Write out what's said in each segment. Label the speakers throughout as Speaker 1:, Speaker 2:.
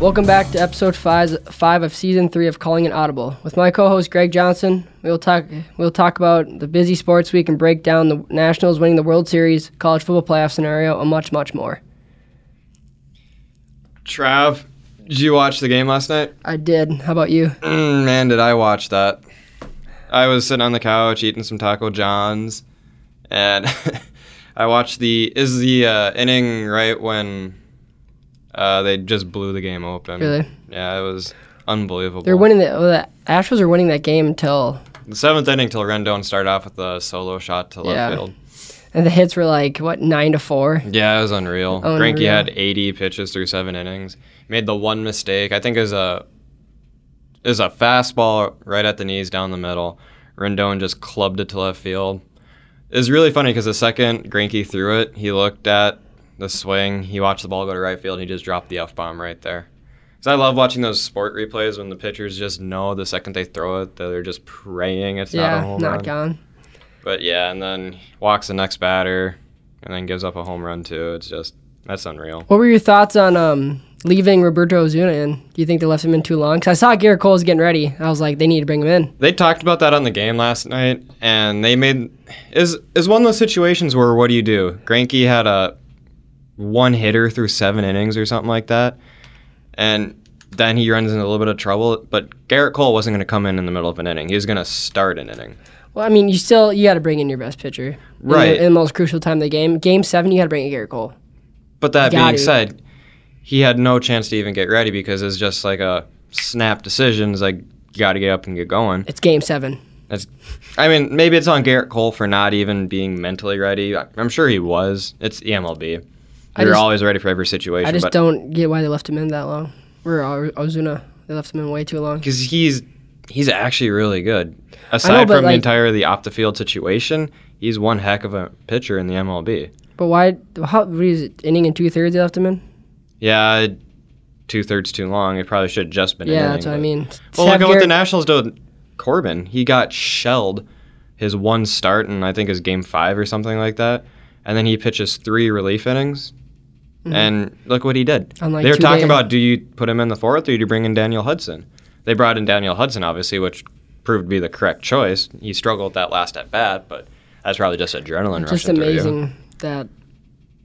Speaker 1: Welcome back to episode five, five of season three of Calling It Audible. With my co-host Greg Johnson, we'll talk we'll talk about the busy sports week and break down the Nationals winning the World Series, college football playoff scenario, and much much more.
Speaker 2: Trav, did you watch the game last night?
Speaker 1: I did. How about you?
Speaker 2: Mm, man, did I watch that. I was sitting on the couch eating some Taco John's, and I watched the is the uh, inning right when uh, they just blew the game open.
Speaker 1: Really?
Speaker 2: Yeah, it was unbelievable.
Speaker 1: They're winning the, oh, the Astros are winning that game until
Speaker 2: the seventh inning till Rendon started off with a solo shot to left
Speaker 1: Yeah.
Speaker 2: field.
Speaker 1: and the hits were like what nine to four.
Speaker 2: Yeah, it was unreal.
Speaker 1: Unreal.
Speaker 2: Granky had 80 pitches through seven innings. Made the one mistake. I think is a is a fastball right at the knees down the middle. Rendon just clubbed it to left field. It was really funny because the second Granky threw it, he looked at the swing. He watched the ball go to right field, and he just dropped the f bomb right there. Because I love watching those sport replays when the pitchers just know the second they throw it that they're just praying it's not a
Speaker 1: yeah,
Speaker 2: home
Speaker 1: not
Speaker 2: run.
Speaker 1: gone.
Speaker 2: But yeah, and then walks the next batter, and then gives up a home run too. It's just that's unreal.
Speaker 1: What were your thoughts on um, leaving Roberto Ozuna in? Do you think they left him in too long? Because I saw Garrett Cole's getting ready. I was like, they need to bring him in.
Speaker 2: They talked about that on the game last night, and they made is is one of those situations where what do you do? Granky had a one hitter through seven innings or something like that, and then he runs into a little bit of trouble. But Garrett Cole wasn't going to come in in the middle of an inning. He was going to start an inning.
Speaker 1: Well, I mean, you still you got to bring in your best pitcher, In the-
Speaker 2: Right.
Speaker 1: In the, most crucial time of the game, Game Seven, you got to bring in Garrett Cole.
Speaker 2: But that
Speaker 1: Got
Speaker 2: being
Speaker 1: it.
Speaker 2: said, he had no chance to even get ready because it's just like a snap decision. It's like you got to get up and get going.
Speaker 1: It's Game Seven.
Speaker 2: I mean, maybe it's on Garrett Cole for not even being mentally ready. I- I'm sure he was. It's EMLB.
Speaker 1: I
Speaker 2: You're
Speaker 1: just-
Speaker 2: always ready for every situation.
Speaker 1: I just
Speaker 2: but
Speaker 1: don't get why they left him in that long. Or O- Ozuna, they left him in way too long.
Speaker 2: because he's he's actually really good. Aside
Speaker 1: but,
Speaker 2: from the
Speaker 1: like-
Speaker 2: entire the off the field situation, he's one heck of a pitcher in the MLB.
Speaker 1: But why? How what is it? Inning and two thirds they left him in.
Speaker 2: Yeah, two thirds too long. It probably should have just been. an
Speaker 1: yeah,
Speaker 2: inning,
Speaker 1: that's what I
Speaker 2: but-
Speaker 1: mean. Have
Speaker 2: Well, look at what the
Speaker 1: Garrett-
Speaker 2: Nationals did. with Corbin, he got shelled his one start in I think his game five or something like that, and then he pitches three relief innings,
Speaker 1: Mhm.
Speaker 2: and look what he did.
Speaker 1: on, like,
Speaker 2: they were
Speaker 1: two
Speaker 2: talking
Speaker 1: days.
Speaker 2: about do you put him in the fourth or do you bring in Daniel Hudson? They brought in Daniel Hudson, obviously, which proved to be the correct choice. He struggled that last at bat, but that's probably just adrenaline
Speaker 1: It's just
Speaker 2: rushing through you.
Speaker 1: amazing that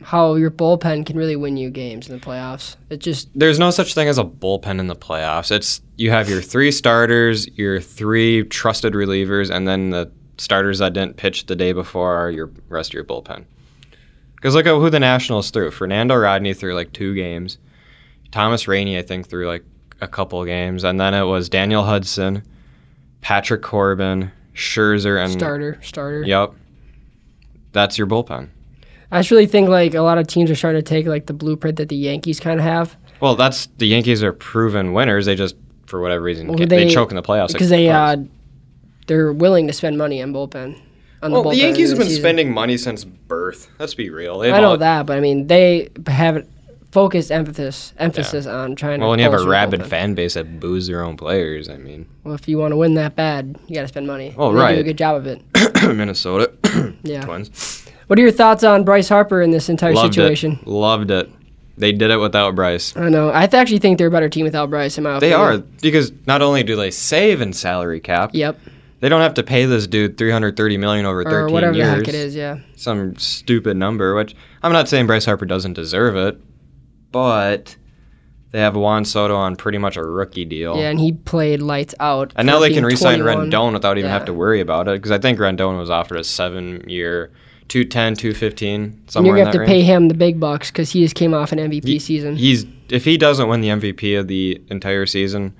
Speaker 1: how your bullpen can really win you games in the playoffs. It just
Speaker 2: there's no such thing as a bullpen in the playoffs. It's you have your three starters, your three trusted relievers, and then the starters that didn't pitch the day before are your rest of your bullpen. Because look at who the Nationals threw. Fernando Rodney threw like two games. Thomas Rainey, I think, threw like a couple games, and then it was Daniel Hudson, Patrick Corbin, Scherzer, and
Speaker 1: starter starter.
Speaker 2: Yep, that's your bullpen.
Speaker 1: I just really think like a lot of teams are starting to take like the blueprint that the Yankees kind of have.
Speaker 2: Well, that's the Yankees are proven winners. They just, for whatever reason,
Speaker 1: Well,
Speaker 2: get- they,
Speaker 1: they-
Speaker 2: choke in the playoffs.
Speaker 1: because
Speaker 2: like,
Speaker 1: they
Speaker 2: twice.
Speaker 1: uh, they're willing to spend money on bullpen. On
Speaker 2: well,
Speaker 1: the, bullpen
Speaker 2: the Yankees
Speaker 1: in
Speaker 2: have been
Speaker 1: season.
Speaker 2: spending money since birth. Let's be real. They've
Speaker 1: I know
Speaker 2: all-
Speaker 1: that, but I mean they have focused emphasis emphasis on trying.
Speaker 2: Well,
Speaker 1: to
Speaker 2: when you have a
Speaker 1: bolster your
Speaker 2: rabid
Speaker 1: bullpen.
Speaker 2: fan base that boos their own players, I mean,
Speaker 1: Well, if you want to win that bad, you got to spend money.
Speaker 2: Oh,
Speaker 1: And they Do a
Speaker 2: right.
Speaker 1: good job of it.
Speaker 2: Minnesota
Speaker 1: Yeah.
Speaker 2: Twins
Speaker 1: What are your thoughts on Bryce Harper in this entire
Speaker 2: loved
Speaker 1: situation?
Speaker 2: it. Loved it. They did it without Bryce.
Speaker 1: I know. I th- actually think they're a better team without Bryce. In my
Speaker 2: They
Speaker 1: opinion.
Speaker 2: are because not only do they save in salary cap,
Speaker 1: Yep.
Speaker 2: they don't have to pay this dude 330 million over 13
Speaker 1: Or whatever
Speaker 2: years.
Speaker 1: the heck it is. Yeah.
Speaker 2: some stupid number, which I'm not saying Bryce Harper doesn't deserve it, but they have Juan Soto on pretty much a rookie deal.
Speaker 1: Yeah, and he played lights out.
Speaker 2: and
Speaker 1: for
Speaker 2: now they
Speaker 1: being
Speaker 2: can re-sign
Speaker 1: 21.
Speaker 2: Rendon without even
Speaker 1: Yeah.
Speaker 2: have to worry about it because I think Rendon was offered a seven-year, 210, 215,
Speaker 1: And
Speaker 2: somewhere
Speaker 1: you're
Speaker 2: in
Speaker 1: gonna have to
Speaker 2: that
Speaker 1: pay
Speaker 2: range.
Speaker 1: him the big bucks because he just came off an MVP
Speaker 2: Ye-
Speaker 1: season.
Speaker 2: He's if he doesn't win the MVP of the entire season,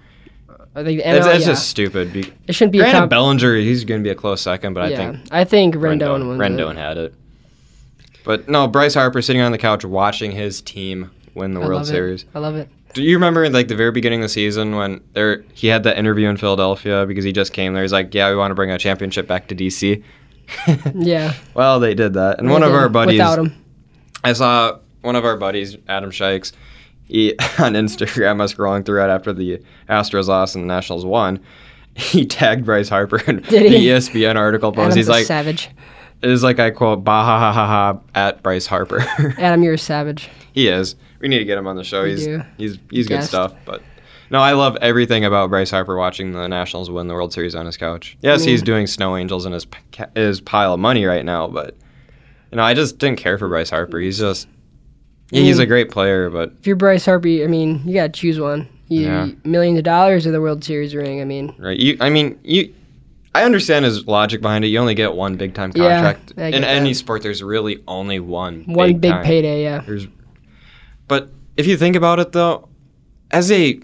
Speaker 1: I think the
Speaker 2: that's,
Speaker 1: NL,
Speaker 2: that's
Speaker 1: yeah.
Speaker 2: just stupid. Be,
Speaker 1: it shouldn't be a
Speaker 2: granted,
Speaker 1: comp-
Speaker 2: Bellinger, he's going to be a close second, but I
Speaker 1: yeah,
Speaker 2: think
Speaker 1: I think Rendon,
Speaker 2: Rendon,
Speaker 1: wins it.
Speaker 2: Rendon had it. But no, Bryce Harper sitting on the couch watching his team win the
Speaker 1: I
Speaker 2: World
Speaker 1: love it.
Speaker 2: Series.
Speaker 1: I love it.
Speaker 2: Do you remember like the very beginning of the season when there he had that interview in Philadelphia because he just came there? He's like, "Yeah, we want to bring a championship back to DC."
Speaker 1: Yeah.
Speaker 2: well, they did that, and one of
Speaker 1: Rendon
Speaker 2: our buddies,
Speaker 1: Without him.
Speaker 2: I saw one of our buddies, Adam Shikes, he, on Instagram. I was scrolling through it after the Astros lost and the Nationals won. He tagged Bryce Harper in
Speaker 1: Did he?
Speaker 2: the E ESPN article post.
Speaker 1: Adam's
Speaker 2: He's
Speaker 1: a
Speaker 2: like,
Speaker 1: savage.
Speaker 2: is like I quote bah ha ha ha ha at Bryce Harper.
Speaker 1: Adam, you're a savage.
Speaker 2: he is. We need to get him on the show.
Speaker 1: We
Speaker 2: he's,
Speaker 1: do.
Speaker 2: he's he's good
Speaker 1: Guest.
Speaker 2: stuff. But no, I love everything about Bryce Harper watching the Nationals win the World Series on his couch. Yes,
Speaker 1: mean-
Speaker 2: he's doing snow angels in his p- ca- his pile of money right now, but you know I just didn't care for Bryce Harper. He's just yeah, he's a
Speaker 1: mean-
Speaker 2: great player, but
Speaker 1: If you're Bryce Harper, I mean, you gotta choose one. You,
Speaker 2: Yeah.
Speaker 1: Millions of dollars or the World Series ring. I mean,
Speaker 2: Right. You. I mean, you. I understand his logic behind it. You only get one big time
Speaker 1: Yeah,
Speaker 2: contract
Speaker 1: I
Speaker 2: in
Speaker 1: get
Speaker 2: any
Speaker 1: that.
Speaker 2: sport. There's really only one.
Speaker 1: one big,
Speaker 2: time.
Speaker 1: payday. Yeah.
Speaker 2: There's. But if you think about it, though, as a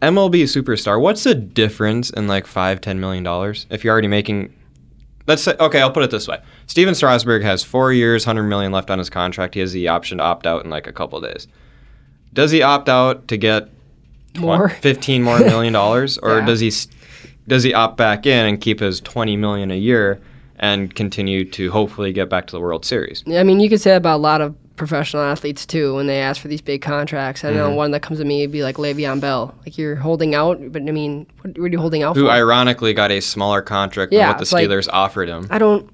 Speaker 2: MLB superstar, what's the difference in like five, ten million dollars if you're already making? Let's say okay. I'll put it this way: Steven Strasburg has four years, hundred million left on his contract. He has the option to opt out in like a couple days. Does he opt out to get
Speaker 1: More.
Speaker 2: 15 more million dollars or
Speaker 1: Yeah.
Speaker 2: does he s- does he opt back in and keep his 20 million a year and continue to hopefully get back to the World Series?
Speaker 1: I mean, you could say that about a lot of professional athletes too when they ask for these big contracts. I
Speaker 2: Mm-hmm.
Speaker 1: know one that comes to me would be like Le'Veon Bell. Like you're holding out, but I mean, what, what are you holding out
Speaker 2: Who
Speaker 1: for?
Speaker 2: ironically got a smaller contract
Speaker 1: Yeah,
Speaker 2: than what
Speaker 1: it's
Speaker 2: the
Speaker 1: like-
Speaker 2: Steelers offered him.
Speaker 1: I don't.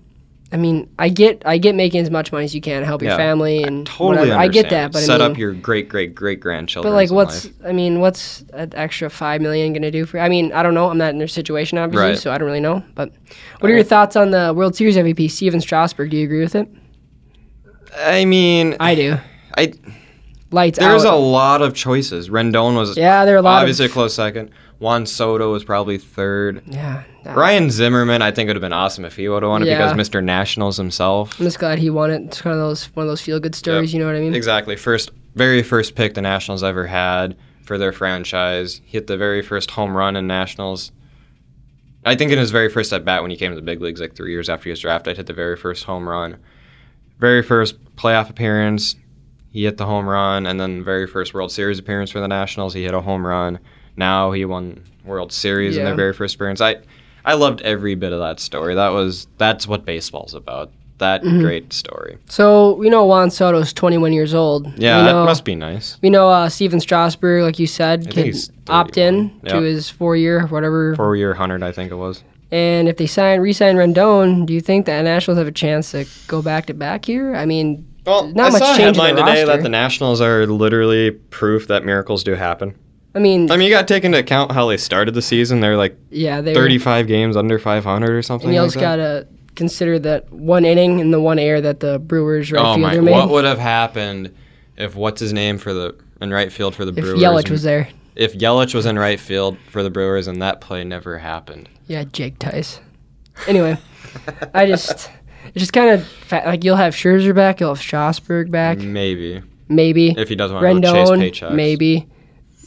Speaker 1: I mean, I get I get making as much money as you can to help your
Speaker 2: Yeah,
Speaker 1: family and
Speaker 2: Totally
Speaker 1: whatever. I get that,
Speaker 2: understand.
Speaker 1: but
Speaker 2: set
Speaker 1: I mean,
Speaker 2: up your great great great grandchildren.
Speaker 1: but like, what's I mean, what's an extra five million gonna do for? I mean, I don't know. I'm not in their situation, obviously,
Speaker 2: Right.
Speaker 1: so I don't really know. But what are your thoughts on the World Series MVP, Steven Strasburg? Do you agree with it?
Speaker 2: I mean,
Speaker 1: I do.
Speaker 2: I-
Speaker 1: lights
Speaker 2: there's a
Speaker 1: out.
Speaker 2: lot of choices. Rendon was
Speaker 1: yeah, there are a lot
Speaker 2: obviously
Speaker 1: of
Speaker 2: a close second. Juan Soto was probably third.
Speaker 1: yeah. yeah.
Speaker 2: Ryan Zimmerman, I think, would have been awesome if he would have won it
Speaker 1: Yeah.
Speaker 2: because Mr. Nationals himself.
Speaker 1: I'm just glad he won it. It's kind of those one of those feel good stories. You know what I mean?
Speaker 2: Exactly. First, very first pick the Nationals ever had for their franchise. Hit the very first home run in Nationals. I think in his very first at bat when he came to the big leagues, like three years after he was drafted, hit the very first home run. Very first playoff appearance, he hit the home run, and then very first World Series appearance for the Nationals, he hit a home run. Now he won World Series in
Speaker 1: Yeah.
Speaker 2: their very first appearance. I, I loved every bit of that story. That was that's what baseball's about. That
Speaker 1: Mm-hmm.
Speaker 2: great story.
Speaker 1: So we know Juan Soto's 21 years old.
Speaker 2: Yeah,
Speaker 1: we
Speaker 2: that
Speaker 1: know,
Speaker 2: must be nice.
Speaker 1: we know uh, Steven Strasburg, like you said,
Speaker 2: think
Speaker 1: can
Speaker 2: he's
Speaker 1: opt in
Speaker 2: 31.
Speaker 1: to
Speaker 2: Yeah.
Speaker 1: his four year whatever.
Speaker 2: four year hundred, I think it was.
Speaker 1: And if they sign re-sign Rendon, do you think the Nationals have a chance to go back to back here? I mean,
Speaker 2: Well,
Speaker 1: Not
Speaker 2: I
Speaker 1: much
Speaker 2: saw a
Speaker 1: change in
Speaker 2: headline
Speaker 1: the
Speaker 2: today
Speaker 1: roster.
Speaker 2: that the Nationals are literally proof that miracles do happen.
Speaker 1: I mean,
Speaker 2: I mean, you got to take into account how they started the season. They're like
Speaker 1: yeah, they were,
Speaker 2: 35 games under 500 or something.
Speaker 1: and you
Speaker 2: like
Speaker 1: also
Speaker 2: that.
Speaker 1: gotta consider that one inning and the one air that the Brewers right
Speaker 2: oh my!
Speaker 1: fielder made.
Speaker 2: What would have happened if what's his name for the in right field for the
Speaker 1: if
Speaker 2: Brewers?
Speaker 1: Yelich was there,
Speaker 2: if Yelich was in right field for the Brewers and that play never happened.
Speaker 1: yeah, Jake Tice. Anyway, I just. It's just kind of fa- like you'll have Scherzer back, you'll have Strasburg back,
Speaker 2: Maybe
Speaker 1: maybe.
Speaker 2: Mm-hmm. if he doesn't want to chase
Speaker 1: Rendon,
Speaker 2: paychecks.
Speaker 1: maybe.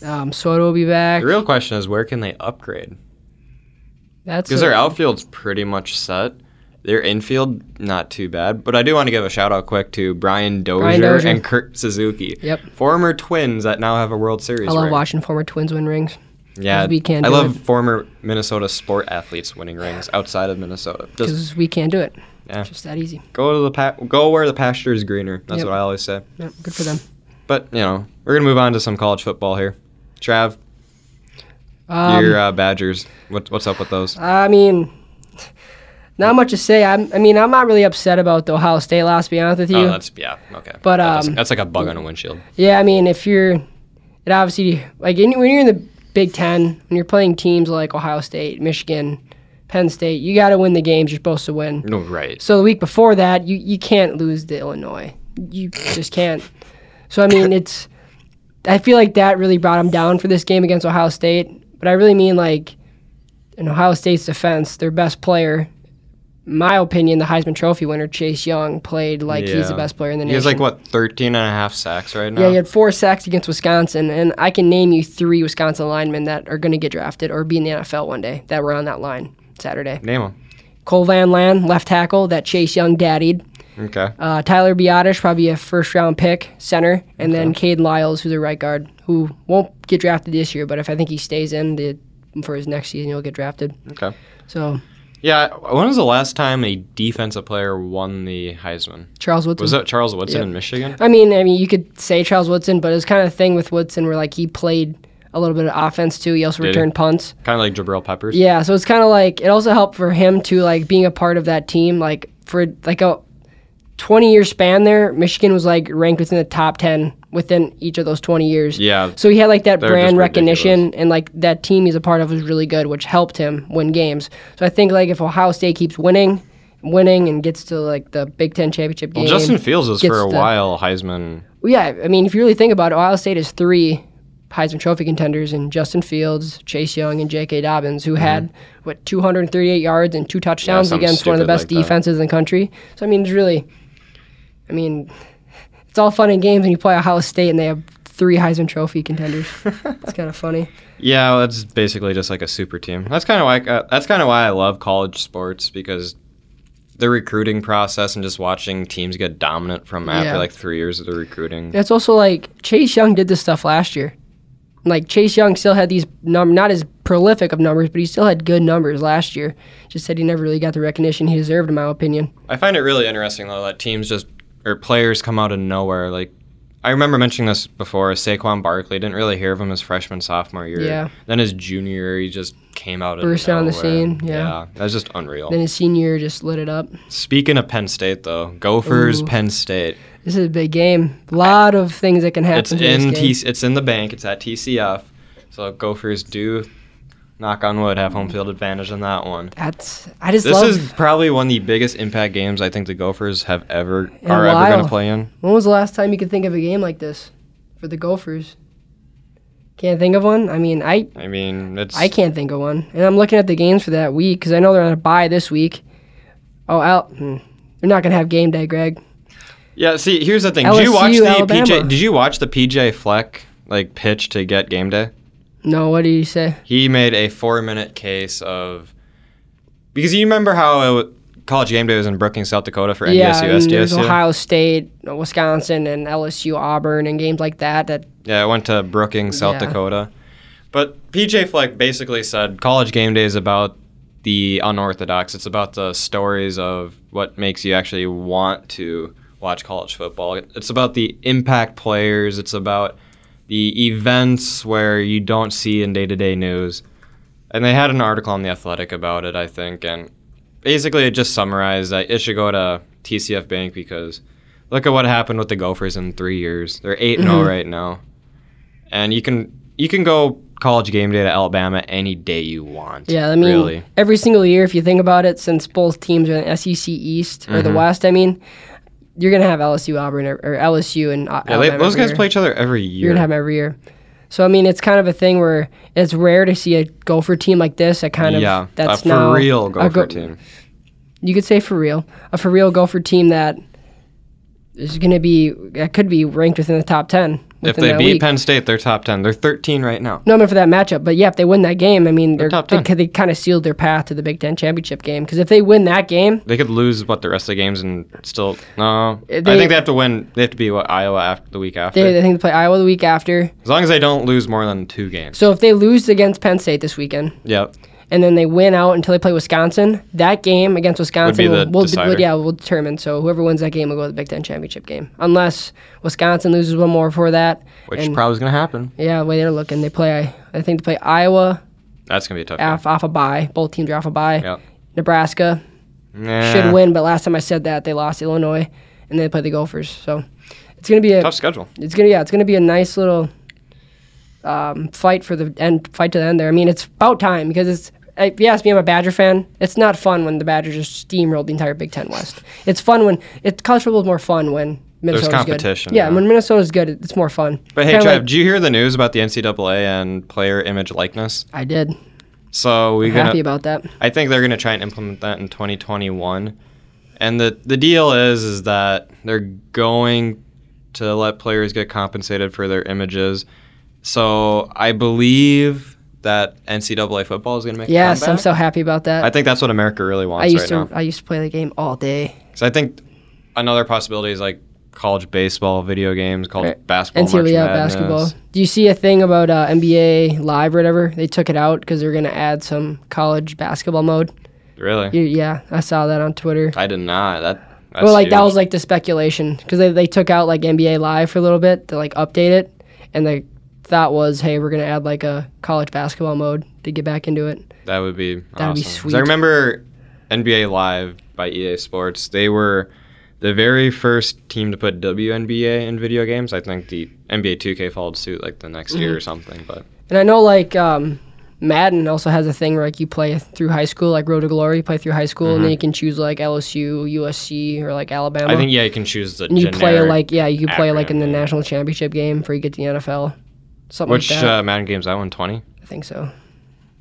Speaker 1: Um, Soto will be back.
Speaker 2: The real question is where can they upgrade?
Speaker 1: That's
Speaker 2: Because
Speaker 1: a-
Speaker 2: their outfield's pretty much set. Their infield, not too bad. But I do want to give a shout out quick to Brian Dozier,
Speaker 1: Dozier.
Speaker 2: and Kurt Suzuki.
Speaker 1: Yep.
Speaker 2: Former twins that now have a World Series.
Speaker 1: I love
Speaker 2: ring.
Speaker 1: watching former Twins win rings.
Speaker 2: Yeah,
Speaker 1: we can't
Speaker 2: I
Speaker 1: do
Speaker 2: love former Minnesota sport athletes winning rings outside of Minnesota. Just
Speaker 1: because we can't do it.
Speaker 2: Yeah.
Speaker 1: It's just that easy.
Speaker 2: go to the pa- go where the pasture is greener. That's
Speaker 1: Yep.
Speaker 2: what I always say.
Speaker 1: Yeah, good for them.
Speaker 2: But you know, we're gonna move on to some college football here. Trav,
Speaker 1: Um,
Speaker 2: your uh, Badgers. What, what's up with those?
Speaker 1: I mean, not much to say. I'm, I mean, I'm not really upset about the Ohio State loss. To be honest with you,
Speaker 2: Oh, that's yeah, okay.
Speaker 1: But,
Speaker 2: That does-
Speaker 1: um,
Speaker 2: that's like a bug on a windshield.
Speaker 1: yeah. I mean, if you're, it obviously like in, when you're in the Big Ten, when you're playing teams like Ohio State, Michigan, Penn State, you got to win the games you're supposed to win.
Speaker 2: No, right.
Speaker 1: So the week before that, you, you can't lose to Illinois. You just can't. So I mean, it's. I feel like that really brought him down for this game against Ohio State. But I really mean like, in Ohio State's defense, their best player, my opinion, the Heisman Trophy winner Chase Young played like he's the
Speaker 2: Yeah.
Speaker 1: best player in the
Speaker 2: He
Speaker 1: nation.
Speaker 2: has like what 13 and a half sacks right now.
Speaker 1: Yeah, he had four sacks against Wisconsin, and I can name you three Wisconsin linemen that are going to get drafted or be in the NFL one day that were on that line Saturday.
Speaker 2: Name him.
Speaker 1: Cole Van Land, left tackle, that Chase Young daddied.
Speaker 2: Okay.
Speaker 1: Uh, Tyler Biotish, probably a first round pick, center, and then Caden Lyles, who's a right guard, who won't get drafted this year, but if I think he stays in the, for his next season, he'll get drafted.
Speaker 2: Okay.
Speaker 1: So
Speaker 2: Yeah. When was the last time a defensive player won the Heisman?
Speaker 1: Charles Woodson.
Speaker 2: Was that Charles Woodson
Speaker 1: Yep.
Speaker 2: in Michigan?
Speaker 1: I mean, I mean, you could say Charles Woodson, but it was kind of a thing with Woodson where like he played a little bit of offense too. He also
Speaker 2: Did he?
Speaker 1: returned punts.
Speaker 2: Kind of like Jabril Peppers.
Speaker 1: Yeah, so it's kind of like it also helped for him to like being a part of that team. Like for like a 20 year span there, Michigan was like ranked within the top 10 within each of those 20 years.
Speaker 2: Yeah.
Speaker 1: So he had like that
Speaker 2: They're
Speaker 1: brand
Speaker 2: just
Speaker 1: recognition and like that team he's a part of was really good, which helped him win games. So I think like if Ohio State keeps winning, winning and gets to like the Big Ten championship game.
Speaker 2: Well, Justin Fields was
Speaker 1: gets
Speaker 2: for a
Speaker 1: the-
Speaker 2: while Heisman.
Speaker 1: Well, yeah, I mean, if you really think about it, Ohio State has three Heisman Trophy contenders in Justin Fields, Chase Young, and J.K. Dobbins, who had what 238 yards and two touchdowns
Speaker 2: Mm-hmm. something
Speaker 1: against one of the
Speaker 2: stupid
Speaker 1: best
Speaker 2: like that.
Speaker 1: defenses in the country. So I mean, it's really, I mean, it's all fun and games when you play Ohio State and they have three Heisman Trophy contenders. it's kind of funny.
Speaker 2: Yeah, well, that's basically just like a super team. That's kind of why uh, that's kind of why I love college sports because the recruiting process and just watching teams get dominant from
Speaker 1: Yeah.
Speaker 2: after like three years of the recruiting.
Speaker 1: And It's also like Chase Young did this stuff last year. Like Chase Young still had these num not as prolific of numbers, but he still had good numbers last year. Just said he never really got the recognition he deserved, in my opinion.
Speaker 2: I find it really interesting though that teams just or players come out of nowhere. Like I remember mentioning this before. Saquon Barkley didn't really hear of him his freshman sophomore year.
Speaker 1: Yeah.
Speaker 2: Then his junior year, he just came out of
Speaker 1: Burst on the
Speaker 2: nowhere.
Speaker 1: scene, yeah.
Speaker 2: that's just unreal.
Speaker 1: Then his senior year just lit it up.
Speaker 2: Speaking of Penn State though, Gophers,
Speaker 1: Ooh.
Speaker 2: Penn State.
Speaker 1: This is a big game. A lot of things that can happen.
Speaker 2: It's
Speaker 1: to this
Speaker 2: in
Speaker 1: game.
Speaker 2: T- It's in the bank. It's at TCF. So Gophers do, knock on wood, have home field advantage on that one.
Speaker 1: That's I just
Speaker 2: This
Speaker 1: love.
Speaker 2: is probably one of the biggest impact games I think the Gophers have ever
Speaker 1: a
Speaker 2: are ever going
Speaker 1: while.
Speaker 2: to play in.
Speaker 1: when was the last time you could think of a game like this for the Gophers? Can't think of one. I mean, I
Speaker 2: I mean, it's
Speaker 1: I can't think of one. And I'm looking at the games for that week because I know they're on a bye this week. Oh, Al, hmm. they're not gonna have game day, Greg.
Speaker 2: Yeah, see, here's the thing. Did you watch
Speaker 1: LSU,
Speaker 2: the
Speaker 1: Alabama.
Speaker 2: PJ? Did you watch the PJ Fleck like pitch to get game day?
Speaker 1: No, what do you say?
Speaker 2: He made a four minute case of because you remember how it, wa- college game day was in Brookings, South Dakota for NDSU,
Speaker 1: yeah, and there's
Speaker 2: SDSU.
Speaker 1: Ohio State, Wisconsin, and LSU, Auburn, and games like that. That
Speaker 2: Yeah, I went to Brookings, South
Speaker 1: Yeah.
Speaker 2: Dakota. But PJ Fleck basically said college game day is about the unorthodox. It's about the stories of what makes you actually want to watch college football. It's about the impact players. It's about the events where you don't see in day to day news. And they had an article on The Athletic about it, I think. And basically, it just summarized that it should go to TCF Bank because look at what happened with the Gophers in three years. They're 8 0
Speaker 1: Mhm.
Speaker 2: right now. And you can you can go college game day to Alabama any day you want.
Speaker 1: Yeah, I mean,
Speaker 2: really.
Speaker 1: every single year, if you think about it, since both teams are in the SEC East or the
Speaker 2: Mhm.
Speaker 1: West, I mean, you're gonna have LSU, Auburn, or, or LSU and Au-
Speaker 2: Yeah, they,
Speaker 1: Alabama
Speaker 2: those
Speaker 1: every
Speaker 2: guys
Speaker 1: year.
Speaker 2: play each other every year.
Speaker 1: You're gonna have them every year. So I mean, it's kind of a thing where it's rare to see a Gopher team like this. That kind of
Speaker 2: yeah,
Speaker 1: that's
Speaker 2: a for
Speaker 1: now
Speaker 2: real Gopher
Speaker 1: go-
Speaker 2: team.
Speaker 1: you could say for real a for real Gopher team that is gonna be that could be ranked within the top ten.
Speaker 2: If
Speaker 1: within
Speaker 2: they
Speaker 1: that
Speaker 2: beat
Speaker 1: week.
Speaker 2: Penn State, they're top ten. They're 13 right now.
Speaker 1: No, I meant for that matchup. But yeah, if they win that game, I mean, they're,
Speaker 2: top
Speaker 1: they,
Speaker 2: 10.
Speaker 1: ca- they kind of sealed their path to the Big Ten championship game. Because if they win that game,
Speaker 2: They could lose what the rest of the games and still no.
Speaker 1: They-
Speaker 2: I think they have to win. They have to be what Iowa after the week after.
Speaker 1: they, they think they play Iowa the week after.
Speaker 2: as long as they don't lose more than two games.
Speaker 1: So if they lose against Penn State this weekend,
Speaker 2: Yep.
Speaker 1: and then they win out until they play Wisconsin, that game against Wisconsin
Speaker 2: the
Speaker 1: will, will,
Speaker 2: decider.
Speaker 1: yeah will determine. So whoever wins that game will go to the Big Ten championship game, unless Wisconsin loses one more for that.
Speaker 2: Which
Speaker 1: and-
Speaker 2: probably is gonna happen.
Speaker 1: Yeah, the way they're looking, they play. I think they play Iowa
Speaker 2: That's gonna be a tough.
Speaker 1: off, off a bye. Both teams are off a bye.
Speaker 2: Yep.
Speaker 1: Nebraska
Speaker 2: game. Nah.
Speaker 1: should win, but last time I said that they lost to Illinois, and they played the Gophers. So it's gonna be a
Speaker 2: Tough schedule.
Speaker 1: it's gonna yeah, it's gonna be a nice little um, fight for the end, fight to the end there. I mean, it's about time because it's. If you ask me, I'm a Badger fan. It's not fun when the Badgers just steamrolled the entire Big Ten West. It's fun when it college football is more fun when Minnesota's
Speaker 2: competition,
Speaker 1: good. Yeah,
Speaker 2: yeah.
Speaker 1: when Minnesota's good, it's more fun.
Speaker 2: But hey,
Speaker 1: Kinda
Speaker 2: Trev,
Speaker 1: like-
Speaker 2: did you hear the news about the NCAA and player image likeness?
Speaker 1: I did.
Speaker 2: So we
Speaker 1: Happy
Speaker 2: gonna.
Speaker 1: about that.
Speaker 2: I think they're gonna try and implement that in 2021. And the the deal is is that they're going to let players get compensated for their images. So I believe that NCAA football is gonna make. a
Speaker 1: Yes, I'm
Speaker 2: comeback.
Speaker 1: so happy about that.
Speaker 2: I think that's what America really
Speaker 1: I
Speaker 2: wants
Speaker 1: used
Speaker 2: right
Speaker 1: to
Speaker 2: now.
Speaker 1: I used to play the game all day.
Speaker 2: 'Cause I think another possibility is like college baseball, video games, college
Speaker 1: Right.
Speaker 2: basketball, March
Speaker 1: NCAA
Speaker 2: Madness.
Speaker 1: basketball. Do you see a thing about uh, NBA Live or whatever? They took it out because they were going to add some college basketball mode.
Speaker 2: Really?
Speaker 1: You, yeah, I saw that on Twitter.
Speaker 2: I did not. That. That's
Speaker 1: well, like that
Speaker 2: huge.
Speaker 1: was like the speculation because they, they took out like NBA Live for a little bit to like update it, and the thought was, hey, we're going to add like a college basketball mode to get back into it.
Speaker 2: That would be.
Speaker 1: That'd
Speaker 2: awesome.
Speaker 1: be
Speaker 2: 'Cause
Speaker 1: sweet.
Speaker 2: I remember NBA Live by EA Sports. They were the very first team to put WNBA in video games. I think the NBA 2K followed suit like the next
Speaker 1: Mm-hmm.
Speaker 2: year or something. But
Speaker 1: And I know like um, Madden also has a thing where like you play through high school, like Road to Glory, you play through high school, and then you can choose like LSU, USC, or like Alabama.
Speaker 2: Mm-hmm. I think yeah, you can choose the
Speaker 1: and you
Speaker 2: generic,
Speaker 1: play like yeah, you can play like in the
Speaker 2: acronym.
Speaker 1: national championship game before you get to the NFL. Something
Speaker 2: which
Speaker 1: like that.
Speaker 2: uh, Madden games I won twenty.
Speaker 1: I think so.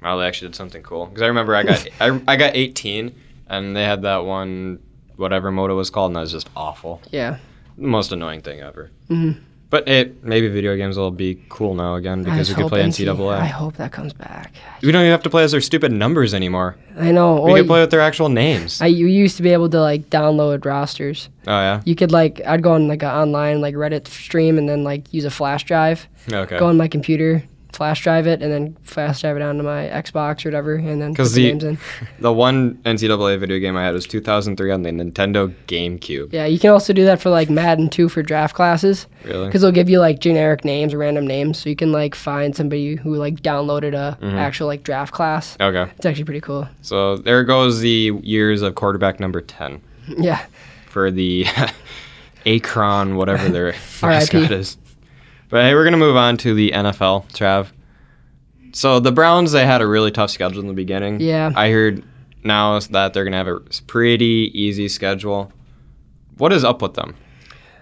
Speaker 2: Wow, they actually did something cool because I remember I got I, I got eighteen and they had that one whatever mode it was called and that was just awful.
Speaker 1: Yeah,
Speaker 2: The most annoying thing ever.
Speaker 1: Mhm.
Speaker 2: But it maybe video games will be cool now again
Speaker 1: I
Speaker 2: because we
Speaker 1: just
Speaker 2: can
Speaker 1: hope
Speaker 2: play
Speaker 1: NC I
Speaker 2: NCAA.
Speaker 1: hope that comes back.
Speaker 2: We don't even have to play as their stupid numbers anymore.
Speaker 1: I know.
Speaker 2: We
Speaker 1: or
Speaker 2: can
Speaker 1: you-
Speaker 2: play with their actual names.
Speaker 1: I you used to be able to like download rosters.
Speaker 2: oh yeah.
Speaker 1: You could like I'd go on like an online like Reddit stream and then like use a flash drive,
Speaker 2: Okay.
Speaker 1: go on my computer, flash drive it, and then flash drive it onto my Xbox or whatever, and then put
Speaker 2: 'Cause
Speaker 1: the,
Speaker 2: the-
Speaker 1: games in.
Speaker 2: The one NCAA video game I had was 2003 on the Nintendo GameCube.
Speaker 1: Yeah, you can also do that for like Madden too for draft classes
Speaker 2: Really?
Speaker 1: because they'll give you like generic names or random names, so you can like find somebody who like downloaded a
Speaker 2: Mm-hmm.
Speaker 1: actual like draft class.
Speaker 2: Okay.
Speaker 1: It's actually pretty cool.
Speaker 2: So there goes the years of quarterback number 10
Speaker 1: Yeah,
Speaker 2: for the Akron, whatever their mascot
Speaker 1: R.I.P..
Speaker 2: is. But hey, we're going to move on to the NFL, Trav. So the Browns, they had a really tough schedule in the beginning.
Speaker 1: Yeah.
Speaker 2: I heard now is that they're going to have a pretty easy schedule. What is up with them?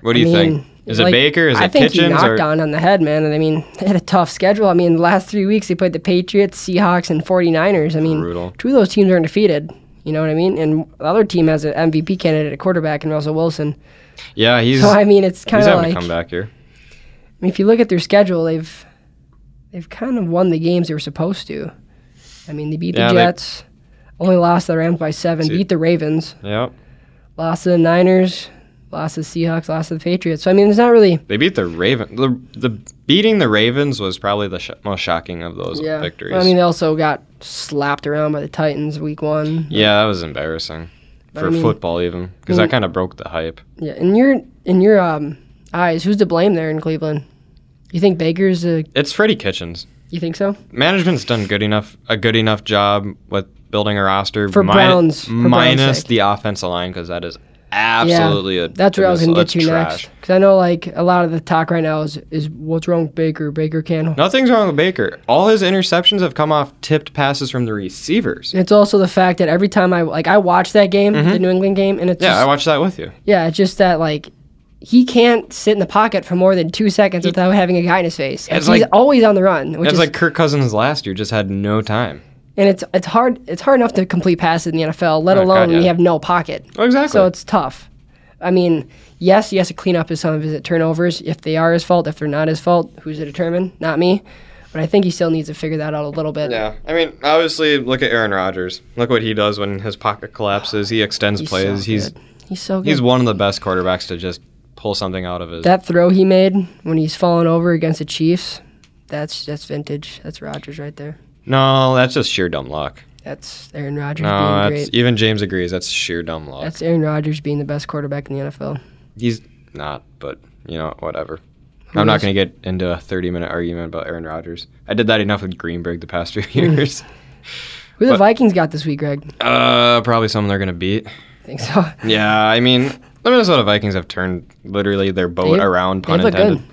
Speaker 2: What do you think? Is
Speaker 1: like,
Speaker 2: it Baker? Is
Speaker 1: I
Speaker 2: it
Speaker 1: think he
Speaker 2: Kitchens?
Speaker 1: knocked
Speaker 2: Or,
Speaker 1: on on the head, man. And I mean, they had a tough schedule. I mean, the last three weeks they played the Patriots, Seahawks, and 49ers. I mean,
Speaker 2: Brutal.
Speaker 1: two of those teams are undefeated. You know what I mean? And the other team has an MVP candidate at quarterback in Russell Wilson.
Speaker 2: yeah, he's,
Speaker 1: So I mean, it's
Speaker 2: he's
Speaker 1: kind of
Speaker 2: having
Speaker 1: like
Speaker 2: a comeback here.
Speaker 1: I mean, if you look at their schedule, they've they've kind of won the games they were supposed to. I mean, they beat
Speaker 2: Yeah,
Speaker 1: the
Speaker 2: they-
Speaker 1: Jets, only lost to the Rams by seven,
Speaker 2: See-
Speaker 1: beat the Ravens,
Speaker 2: Yep.
Speaker 1: lost to the Niners, lost to the Seahawks, lost to the Patriots. So I mean, there's not really
Speaker 2: They beat the Raven. The, the beating the Ravens was probably the sh- most shocking of those
Speaker 1: yeah.
Speaker 2: victories.
Speaker 1: I mean, they also got slapped around by the Titans week one.
Speaker 2: yeah, that was embarrassing
Speaker 1: But
Speaker 2: for
Speaker 1: I mean-
Speaker 2: football, even because
Speaker 1: I mean-
Speaker 2: that kind of broke the hype.
Speaker 1: Yeah, in your in your um, eyes, who's to blame there in Cleveland? You think Baker's a?
Speaker 2: It's Freddie Kitchens.
Speaker 1: You think so?
Speaker 2: Management's done good enough, a good enough job with building a roster
Speaker 1: For Browns- for Browns'
Speaker 2: minus
Speaker 1: sake.
Speaker 2: the offensive line because that is absolutely a
Speaker 1: That's where I was
Speaker 2: it
Speaker 1: gonna
Speaker 2: is-
Speaker 1: get you
Speaker 2: it's
Speaker 1: next. 'Cause next, because I know like a lot of the talk right now is is what's wrong with Baker? Baker can't
Speaker 2: Nothing's wrong with Baker. All his interceptions have come off tipped passes from the receivers.
Speaker 1: It's also the fact that every time I like I watch that game, the New England game, and it's
Speaker 2: Mm-hmm. Yeah,
Speaker 1: just,
Speaker 2: I watched that with you.
Speaker 1: yeah, it's just that like he can't sit in the pocket for more than two seconds without having a guy in his face. Like,
Speaker 2: It's
Speaker 1: he's
Speaker 2: like-
Speaker 1: always on the run, which
Speaker 2: It's
Speaker 1: is
Speaker 2: like Kirk Cousins last year just had no time.
Speaker 1: and it's it's hard it's hard enough to complete passes in the NFL, let
Speaker 2: Oh,
Speaker 1: alone
Speaker 2: God,
Speaker 1: when you
Speaker 2: yeah.
Speaker 1: have no pocket.
Speaker 2: Oh, exactly.
Speaker 1: So it's tough. I mean, yes, he has to clean up his some of his turnovers if they are his fault. If they're not his fault, who's to determine? Not me. But I think he still needs to figure that out a little bit.
Speaker 2: Yeah, I mean, obviously, look at Aaron Rodgers. Look what he does when his pocket collapses. He extends
Speaker 1: He's
Speaker 2: plays.
Speaker 1: so
Speaker 2: he's
Speaker 1: good. he's so good.
Speaker 2: he's one of the best quarterbacks to just pull something out of his.
Speaker 1: That throw he made when he's falling over against the Chiefs, that's that's vintage. That's Rodgers right there.
Speaker 2: no, that's just sheer dumb luck.
Speaker 1: That's Aaron Rodgers
Speaker 2: No,
Speaker 1: being
Speaker 2: that's,
Speaker 1: great.
Speaker 2: even James agrees. That's sheer dumb luck.
Speaker 1: That's Aaron Rodgers being the best quarterback in the NFL.
Speaker 2: he's not, but you know, whatever.
Speaker 1: Who
Speaker 2: I'm
Speaker 1: is-
Speaker 2: not going to get into a 30 minute argument about Aaron Rodgers. I did that enough with Greenberg the past few years.
Speaker 1: Who the
Speaker 2: But-
Speaker 1: Vikings got this week, Greg?
Speaker 2: uh, probably someone they're going to beat.
Speaker 1: I think so.
Speaker 2: Yeah, I mean, the Minnesota Vikings have turned literally their boat
Speaker 1: They-
Speaker 2: around.
Speaker 1: They
Speaker 2: Pun
Speaker 1: look
Speaker 2: intended.
Speaker 1: good.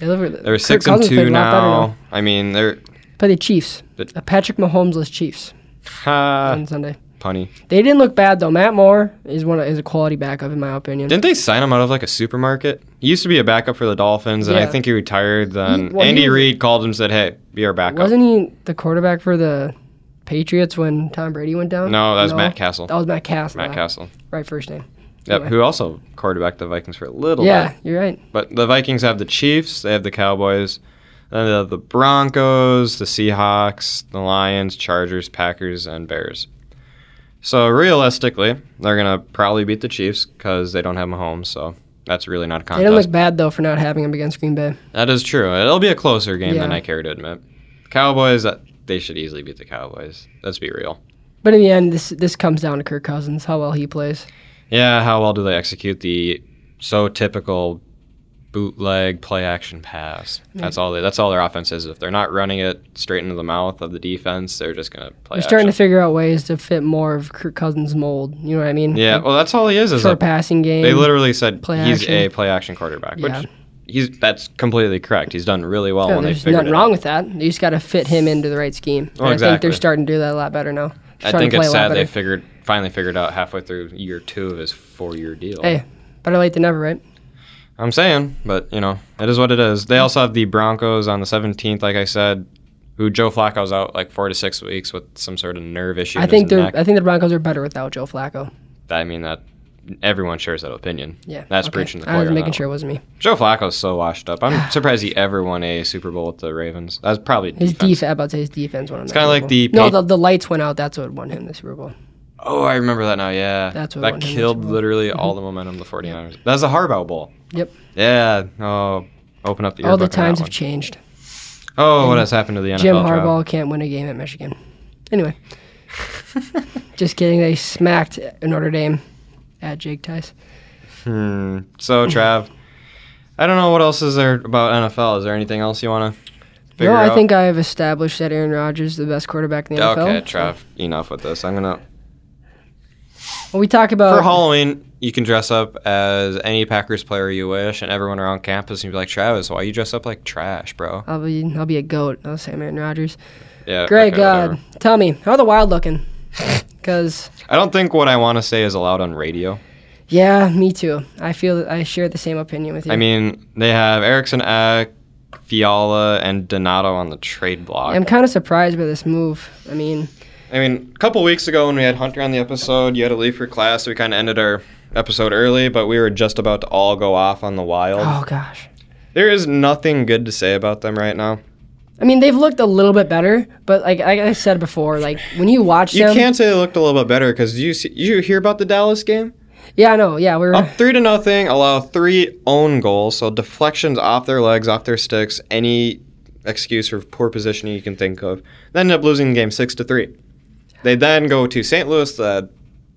Speaker 1: They look,
Speaker 2: They're
Speaker 1: Kirk
Speaker 2: six
Speaker 1: Cousins
Speaker 2: and
Speaker 1: played a
Speaker 2: two
Speaker 1: lot better
Speaker 2: now. I mean, they're
Speaker 1: Play the Chiefs.
Speaker 2: But-
Speaker 1: A
Speaker 2: Uh.
Speaker 1: Patrick Mahomes-less Chiefs
Speaker 2: ha,
Speaker 1: on Sunday.
Speaker 2: punny.
Speaker 1: They didn't look bad though. Matt Moore is one of, is a quality backup in my opinion.
Speaker 2: Didn't they sign him out of like a supermarket? He used to be a backup for the Dolphins, and
Speaker 1: Yeah.
Speaker 2: I think he retired. Then
Speaker 1: He- well, he
Speaker 2: Andy
Speaker 1: was-
Speaker 2: Reid called him and said, "Hey, be our backup."
Speaker 1: Wasn't he the quarterback for the Patriots when Tom Brady went down?
Speaker 2: no, that was Matt Castle.
Speaker 1: That was Matt Castle.
Speaker 2: Matt
Speaker 1: Wow.
Speaker 2: Castle.
Speaker 1: Right first name.
Speaker 2: Yep,
Speaker 1: Anyway.
Speaker 2: who also quarterbacked the Vikings for a little
Speaker 1: yeah,
Speaker 2: bit.
Speaker 1: you're right.
Speaker 2: But the Vikings have the Chiefs, they have the Cowboys, then they have the Broncos, the Seahawks, the Lions, Chargers, Packers, and Bears. So realistically, they're gonna probably beat the Chiefs because they don't have Mahomes. So that's really not a
Speaker 1: They didn't
Speaker 2: contest.
Speaker 1: look bad though for not having him against Green Bay.
Speaker 2: that is true. It'll be a closer game than
Speaker 1: Yeah.
Speaker 2: I care to admit. Cowboys, uh, they should easily beat the Cowboys. Let's be real.
Speaker 1: But in the end, this this comes down to Kirk Cousins, how well he plays.
Speaker 2: Yeah, how well do they execute the so typical bootleg, play action pass. That's all. They, that's all their offense is. If they're not running it straight into the mouth of the defense, they're just gonna play.
Speaker 1: We're starting to
Speaker 2: action.
Speaker 1: figure out ways to fit more of Kirk Cousins' mold. You know what I mean?
Speaker 2: yeah.
Speaker 1: Like,
Speaker 2: Well, that's all he is. Is
Speaker 1: short
Speaker 2: a,
Speaker 1: passing game.
Speaker 2: they literally said
Speaker 1: play
Speaker 2: he's
Speaker 1: action.
Speaker 2: a play action quarterback,
Speaker 1: Yeah.
Speaker 2: which he's that's completely correct. He's done really well
Speaker 1: Yeah,
Speaker 2: when Oh, they
Speaker 1: there's
Speaker 2: figured
Speaker 1: nothing
Speaker 2: it
Speaker 1: wrong
Speaker 2: out.
Speaker 1: with that. You just got to fit him into the right scheme.
Speaker 2: Oh,
Speaker 1: And I think they're
Speaker 2: exactly.
Speaker 1: starting to do that a lot better now.
Speaker 2: I
Speaker 1: Starting
Speaker 2: think
Speaker 1: to play
Speaker 2: it's
Speaker 1: a lot
Speaker 2: sad they
Speaker 1: better.
Speaker 2: figured finally figured out halfway through year two of his four year deal.
Speaker 1: Hey, better late than never, right?
Speaker 2: I'm saying, but you know, it is what it is. They also have the Broncos on the 17th, like I said, who Joe Flacco's out like four to six weeks with some sort of nerve issue.
Speaker 1: I
Speaker 2: in
Speaker 1: think
Speaker 2: his
Speaker 1: they're.
Speaker 2: neck.
Speaker 1: I think the Broncos are better without Joe Flacco.
Speaker 2: I mean that everyone shares that opinion.
Speaker 1: Yeah,
Speaker 2: That's
Speaker 1: okay.
Speaker 2: preaching to the
Speaker 1: I was
Speaker 2: choir on
Speaker 1: making
Speaker 2: that
Speaker 1: sure it wasn't me.
Speaker 2: Joe Flacco's so washed up. I'm surprised he ever won a Super Bowl with the Ravens. That's probably
Speaker 1: His
Speaker 2: defense.
Speaker 1: defense. I'm about to say his defense won him. It's
Speaker 2: kinda like the
Speaker 1: no,
Speaker 2: Pat-
Speaker 1: the, the lights went out. That's what won him the Super Bowl.
Speaker 2: Oh, I remember that now. Yeah,
Speaker 1: That's what won
Speaker 2: that
Speaker 1: him the Super
Speaker 2: killed
Speaker 1: Bowl. Mm-hmm.
Speaker 2: literally all the momentum of the 49ers. That's the Harbaugh Bowl.
Speaker 1: Yep.
Speaker 2: Yeah. Oh, open up the
Speaker 1: All the
Speaker 2: yearbook on that
Speaker 1: times have
Speaker 2: one.
Speaker 1: changed.
Speaker 2: Oh, what has happened to the NFL?
Speaker 1: Jim
Speaker 2: draft.
Speaker 1: Harbaugh can't win a game at Michigan. Anyway, just kidding. They smacked Notre Dame at Jake Tice.
Speaker 2: Hmm. So, Trav, I don't know what else is there about NFL. Is there anything else you want to figure
Speaker 1: no,
Speaker 2: out?
Speaker 1: I think I have established that Aaron Rodgers is the best quarterback in the NFL.
Speaker 2: Okay, Trav, enough with this. I'm gonna
Speaker 1: Well, we talk about
Speaker 2: for Halloween. You can dress up as any Packers player you wish, and everyone around campus and be like, Travis, why you dress up like trash, bro?
Speaker 1: I'll be I'll be a goat. I'll say I'm Aaron Rodgers.
Speaker 2: Yeah.
Speaker 1: Greg, uh,
Speaker 2: okay,
Speaker 1: God,
Speaker 2: whatever.
Speaker 1: tell me how are the Wild looking? Because
Speaker 2: I don't think what I want to say is allowed on radio.
Speaker 1: yeah, me too. I feel that I share the same opinion with you.
Speaker 2: I mean, they have Erickson Eck, Fiala, and Donato on the trade block.
Speaker 1: I'm kind of surprised by this move. I mean,
Speaker 2: I mean, a couple weeks ago when we had Hunter on the episode, you had to leave for class, so we kind of ended our episode early, but we were just about to all go off on the wild.
Speaker 1: oh gosh.
Speaker 2: There is nothing good to say about them right now.
Speaker 1: I mean, they've looked a little bit better, but like, like I said before, like when you watch
Speaker 2: You
Speaker 1: them,
Speaker 2: can't say they looked a little bit better because you see, you hear about the Dallas game
Speaker 1: yeah, I know, yeah, we were
Speaker 2: up three to nothing, allow three own goals, so deflections off their legs, off their sticks, any excuse for poor positioning you can think of. They ended up losing the game six to three. They then go to St. Louis. Uh,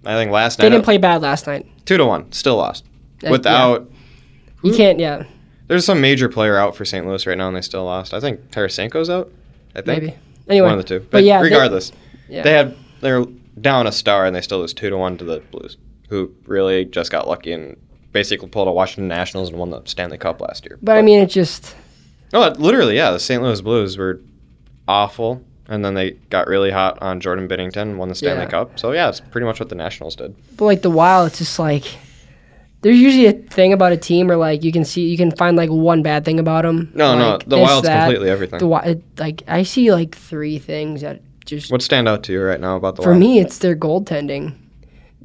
Speaker 2: I think last
Speaker 1: they
Speaker 2: night
Speaker 1: didn't play bad last night.
Speaker 2: two to one, still lost
Speaker 1: Uh,
Speaker 2: without.
Speaker 1: yeah. you can't, yeah,
Speaker 2: There's some major player out for St. Louis right now, and they still lost. I think Tarasenko's out. I think
Speaker 1: maybe. Anyway,
Speaker 2: one of the two. But,
Speaker 1: but yeah, they-
Speaker 2: regardless,
Speaker 1: yeah.
Speaker 2: they had they're down a star, and they still lose two to one to the Blues, who really just got lucky and basically pulled a Washington Nationals and won the Stanley Cup last year.
Speaker 1: but I mean, it just
Speaker 2: no, it- literally, yeah, the St. Louis Blues were awful, and then they got really hot on Jordan Binnington, and won the Stanley
Speaker 1: Yeah.
Speaker 2: Cup. So yeah, it's pretty much what the Nationals did.
Speaker 1: But like the wild, it's just like there's usually a thing about a team where like you can see you can find like one bad thing about them.
Speaker 2: No, no, the Wild's completely everything.
Speaker 1: The wild, like I see like three things that just
Speaker 2: what stand out to you right now about the
Speaker 1: for
Speaker 2: Wild?
Speaker 1: me it's their goaltending.